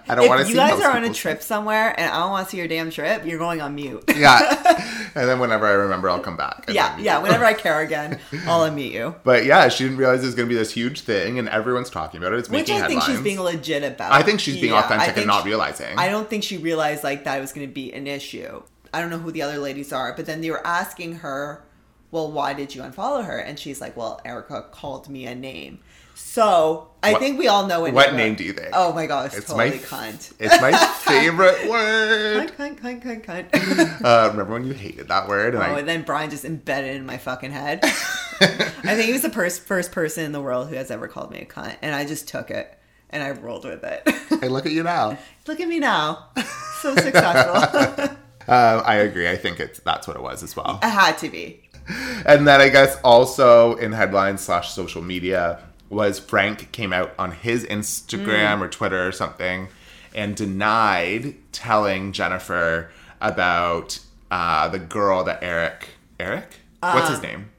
[SPEAKER 1] I don't want to
[SPEAKER 2] if
[SPEAKER 1] see
[SPEAKER 2] you guys
[SPEAKER 1] most
[SPEAKER 2] are on a
[SPEAKER 1] people's-
[SPEAKER 2] trip somewhere and I don't want to see your damn trip, you're going on mute.
[SPEAKER 1] Yeah, and then whenever I remember, I'll come back. and
[SPEAKER 2] yeah,
[SPEAKER 1] then-
[SPEAKER 2] yeah. Whenever I care again, I'll unmute you.
[SPEAKER 1] But yeah, she didn't realize it was going to be this huge thing, and everyone's talking about it. It's
[SPEAKER 2] Which
[SPEAKER 1] making
[SPEAKER 2] I think
[SPEAKER 1] headlines.
[SPEAKER 2] she's being legit about.
[SPEAKER 1] I think she's being
[SPEAKER 2] Yeah, I
[SPEAKER 1] authentic
[SPEAKER 2] think
[SPEAKER 1] and not
[SPEAKER 2] she-
[SPEAKER 1] realizing.
[SPEAKER 2] I don't think she realized like that was going to be an issue. I don't know who the other ladies are, but then they were asking her, "Well, why did you unfollow her?" And she's like, "Well, Erica called me a name." So I
[SPEAKER 1] What-
[SPEAKER 2] think we all know it.
[SPEAKER 1] what name do you think?
[SPEAKER 2] Oh my gosh,
[SPEAKER 1] it's
[SPEAKER 2] totally
[SPEAKER 1] my
[SPEAKER 2] cunt.
[SPEAKER 1] It's my favorite word.
[SPEAKER 2] Cunt, cunt, cunt, cunt, cunt.
[SPEAKER 1] Uh, remember when you hated that word? And
[SPEAKER 2] oh,
[SPEAKER 1] I,
[SPEAKER 2] and then Brian just embedded in my fucking head. I think he was the pers- first person in the world who has ever called me a cunt, and I just took it and I rolled with it.
[SPEAKER 1] I look at you now.
[SPEAKER 2] Look at me now, so successful.
[SPEAKER 1] Um, I agree. I think it's that's what it was as well.
[SPEAKER 2] I had to be.
[SPEAKER 1] And then I guess also in headlines slash social media was Frank came out on his Instagram
[SPEAKER 2] Mm.
[SPEAKER 1] or Twitter or something and denied telling Jennifer about uh, the girl that Eric Eric
[SPEAKER 2] Uh,
[SPEAKER 1] what's his name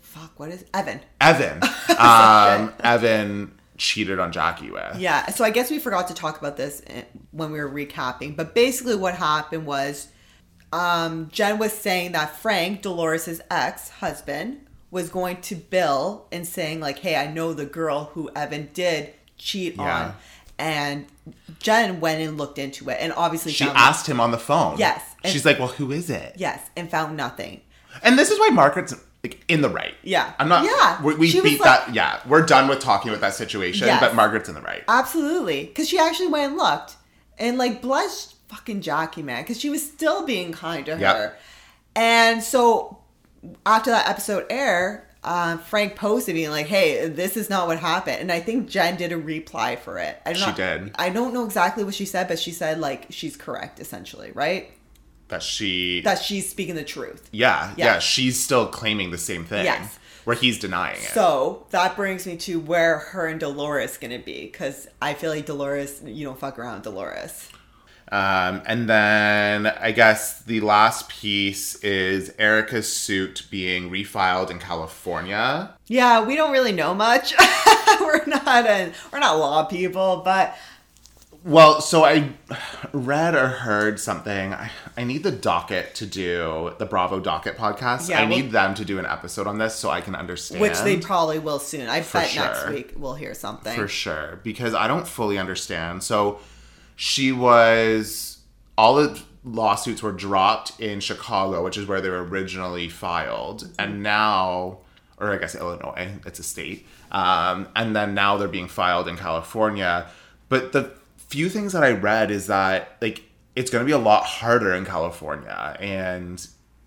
[SPEAKER 2] Fuck, what is Evan?
[SPEAKER 1] Evan um, Evan cheated on Jackie with.
[SPEAKER 2] Yeah, so I guess we forgot to talk about this eh, when we were recapping, but basically what happened was um, Jen was saying that Frank, Dolores' ex husband, was going to Bill and saying, like, hey, I know the girl who Evan did cheat
[SPEAKER 1] Yeah.
[SPEAKER 2] on. And Jen went and looked into it and obviously
[SPEAKER 1] She
[SPEAKER 2] found
[SPEAKER 1] asked him on the phone.
[SPEAKER 2] Yes.
[SPEAKER 1] She's like, "Well, who is it?"
[SPEAKER 2] yes, and found nothing.
[SPEAKER 1] And this is why Margaret's like in the right.
[SPEAKER 2] Yeah.
[SPEAKER 1] I'm not.
[SPEAKER 2] Yeah.
[SPEAKER 1] We, we
[SPEAKER 2] She was
[SPEAKER 1] beat
[SPEAKER 2] like-
[SPEAKER 1] that. Yeah. We're done with talking about that situation.
[SPEAKER 2] Yes. Uh,
[SPEAKER 1] But Margaret's in the right.
[SPEAKER 2] Absolutely. Because she actually went and looked and like blessed fucking Jackie, man, because she was still being kind to
[SPEAKER 1] Yep.
[SPEAKER 2] her. And so after that episode air, uh, Frank posted being like, "Hey, this is not what happened," and I think Jen did a reply for it. I
[SPEAKER 1] She did.
[SPEAKER 2] I don't know exactly what she said, but she said like she's correct essentially, right?
[SPEAKER 1] that she
[SPEAKER 2] That she's speaking the truth.
[SPEAKER 1] yeah,
[SPEAKER 2] Yeah.
[SPEAKER 1] yeah she's still claiming the same thing
[SPEAKER 2] Yes.
[SPEAKER 1] where he's denying it
[SPEAKER 2] So that brings me to where her and Dolores gonna be, because I feel like Dolores, you don't fuck around, with Dolores.
[SPEAKER 1] Um, and then I guess the last piece is Erica's suit being refiled in California.
[SPEAKER 2] Yeah, we don't really know much. we're not an, we're not law people, but
[SPEAKER 1] Well, so I read or heard something. I, I need the docket to do the Bravo docket podcast.
[SPEAKER 2] Yeah,
[SPEAKER 1] I
[SPEAKER 2] well-
[SPEAKER 1] need them to do an episode on this so I can understand.
[SPEAKER 2] which they probably will soon. I bet next
[SPEAKER 1] sure.
[SPEAKER 2] week we'll hear something.
[SPEAKER 1] for sure because I don't fully understand. So she was all the lawsuits were dropped in Chicago, which is where they were originally filed, and now, or I guess Illinois, it's a state, um, and then now they're being filed in California. But the few things that I read is that like it's going to be a lot harder in California, and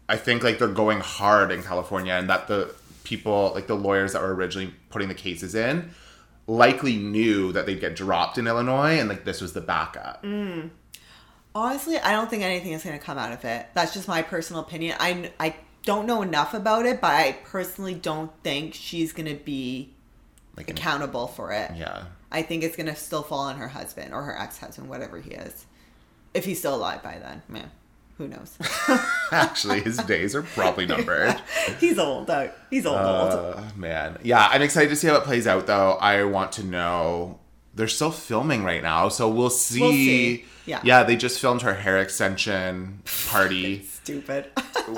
[SPEAKER 1] I think like they're going hard in California, and that the people like the lawyers that were originally putting the cases in likely knew that they'd get dropped in Illinois and like this was the backup.
[SPEAKER 2] Mm. Honestly, I don't think anything is going to come out of it. That's just my personal opinion. I I don't know enough about it, but I personally don't think she's going to be
[SPEAKER 1] Like an-
[SPEAKER 2] accountable for it.
[SPEAKER 1] yeah.
[SPEAKER 2] I think it's going to still fall on her husband or her ex-husband, whatever he is. If he's still alive by then, man, who knows?
[SPEAKER 1] Actually, his days are probably numbered.
[SPEAKER 2] he's old though. He's old old.
[SPEAKER 1] Uh, man. Yeah, I'm excited to see how it plays out though. I want to know they're still filming right now, so we'll see.
[SPEAKER 2] We'll see. Yeah.
[SPEAKER 1] Yeah, they just filmed her hair extension party,
[SPEAKER 2] Stupid.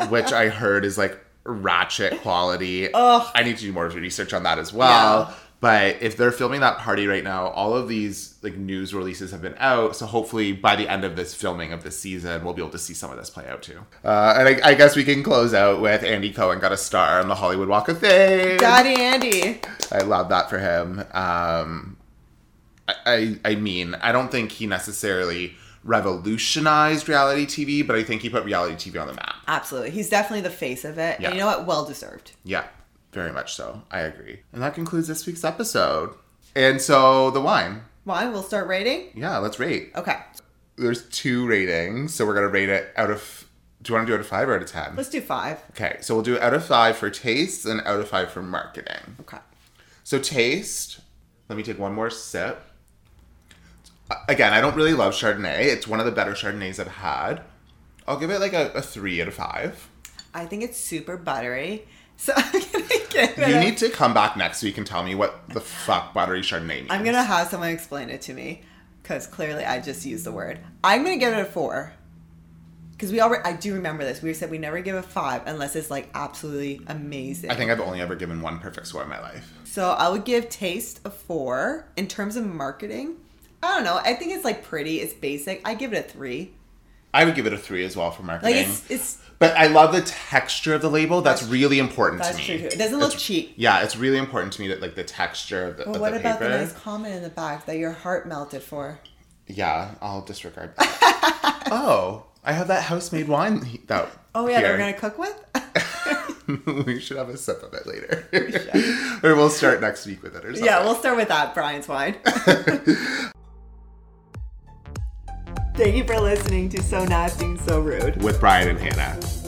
[SPEAKER 1] which I heard is like ratchet quality.
[SPEAKER 2] Ugh.
[SPEAKER 1] I need to do more research on that as well.
[SPEAKER 2] Yeah.
[SPEAKER 1] But if they're filming that party right now, all of these like news releases have been out. So hopefully by the end of this filming of this season, we'll be able to see some of this play out too. Uh, and I, I guess we can close out with Andy Cohen got a star on the Hollywood Walk of Fame.
[SPEAKER 2] Daddy Andy.
[SPEAKER 1] I love that for him. Um, I, I I mean, I don't think he necessarily revolutionized reality TV, but I think he put reality TV on the map.
[SPEAKER 2] Absolutely. He's definitely the face of it.
[SPEAKER 1] Yeah.
[SPEAKER 2] And you know what? Well deserved.
[SPEAKER 1] Yeah, very much so. I agree. And that concludes this week's episode. And so the wine.
[SPEAKER 2] Why? We'll start rating.
[SPEAKER 1] Yeah, let's rate.
[SPEAKER 2] Okay.
[SPEAKER 1] There's two ratings, so we're gonna rate it out of. Do you want to do it out of five or out of ten?
[SPEAKER 2] Let's do five.
[SPEAKER 1] Okay, so we'll do out of five for taste and out of five for marketing.
[SPEAKER 2] Okay.
[SPEAKER 1] So taste. Let me take one more sip. Uh, Again, I don't really love Chardonnay. It's one of the better Chardonnays I've had. I'll give it like a, a three out of five.
[SPEAKER 2] I think it's super buttery. So I'm gonna give it.
[SPEAKER 1] You
[SPEAKER 2] a-
[SPEAKER 1] need to come back next week and tell me what the fuck buttery Chardonnay means.
[SPEAKER 2] I'm gonna have someone explain it to me because clearly I just used the word. I'm gonna give it a four because we already. I do remember this. We said we never give a five unless it's like absolutely amazing.
[SPEAKER 1] I think I've only ever given one perfect score in my life.
[SPEAKER 2] so. I would give taste a four in terms of marketing. I don't know. I think it's like pretty. It's basic. I give it a three.
[SPEAKER 1] I would give it a three as well for
[SPEAKER 2] Like
[SPEAKER 1] marketing.
[SPEAKER 2] it's it's
[SPEAKER 1] but I love the texture of the label. That's, really important
[SPEAKER 2] that's
[SPEAKER 1] to me.
[SPEAKER 2] true. Too. It doesn't look
[SPEAKER 1] It's-
[SPEAKER 2] cheap.
[SPEAKER 1] Yeah, it's really important to me that like the texture of the,
[SPEAKER 2] But
[SPEAKER 1] of
[SPEAKER 2] what
[SPEAKER 1] the
[SPEAKER 2] about
[SPEAKER 1] paper.
[SPEAKER 2] the nice comment in the back that your heart melted for?
[SPEAKER 1] Yeah, I'll disregard that. oh, I have that house made wine. he- That
[SPEAKER 2] Oh yeah,
[SPEAKER 1] here.
[SPEAKER 2] they're gonna cook with.
[SPEAKER 1] we should have a sip of it later, or we'll start next week with it, or something.
[SPEAKER 2] Yeah, we'll start with that, Brian's wine. Thank you for listening to So Nasty, So Rude.
[SPEAKER 1] with Brian and Hannah.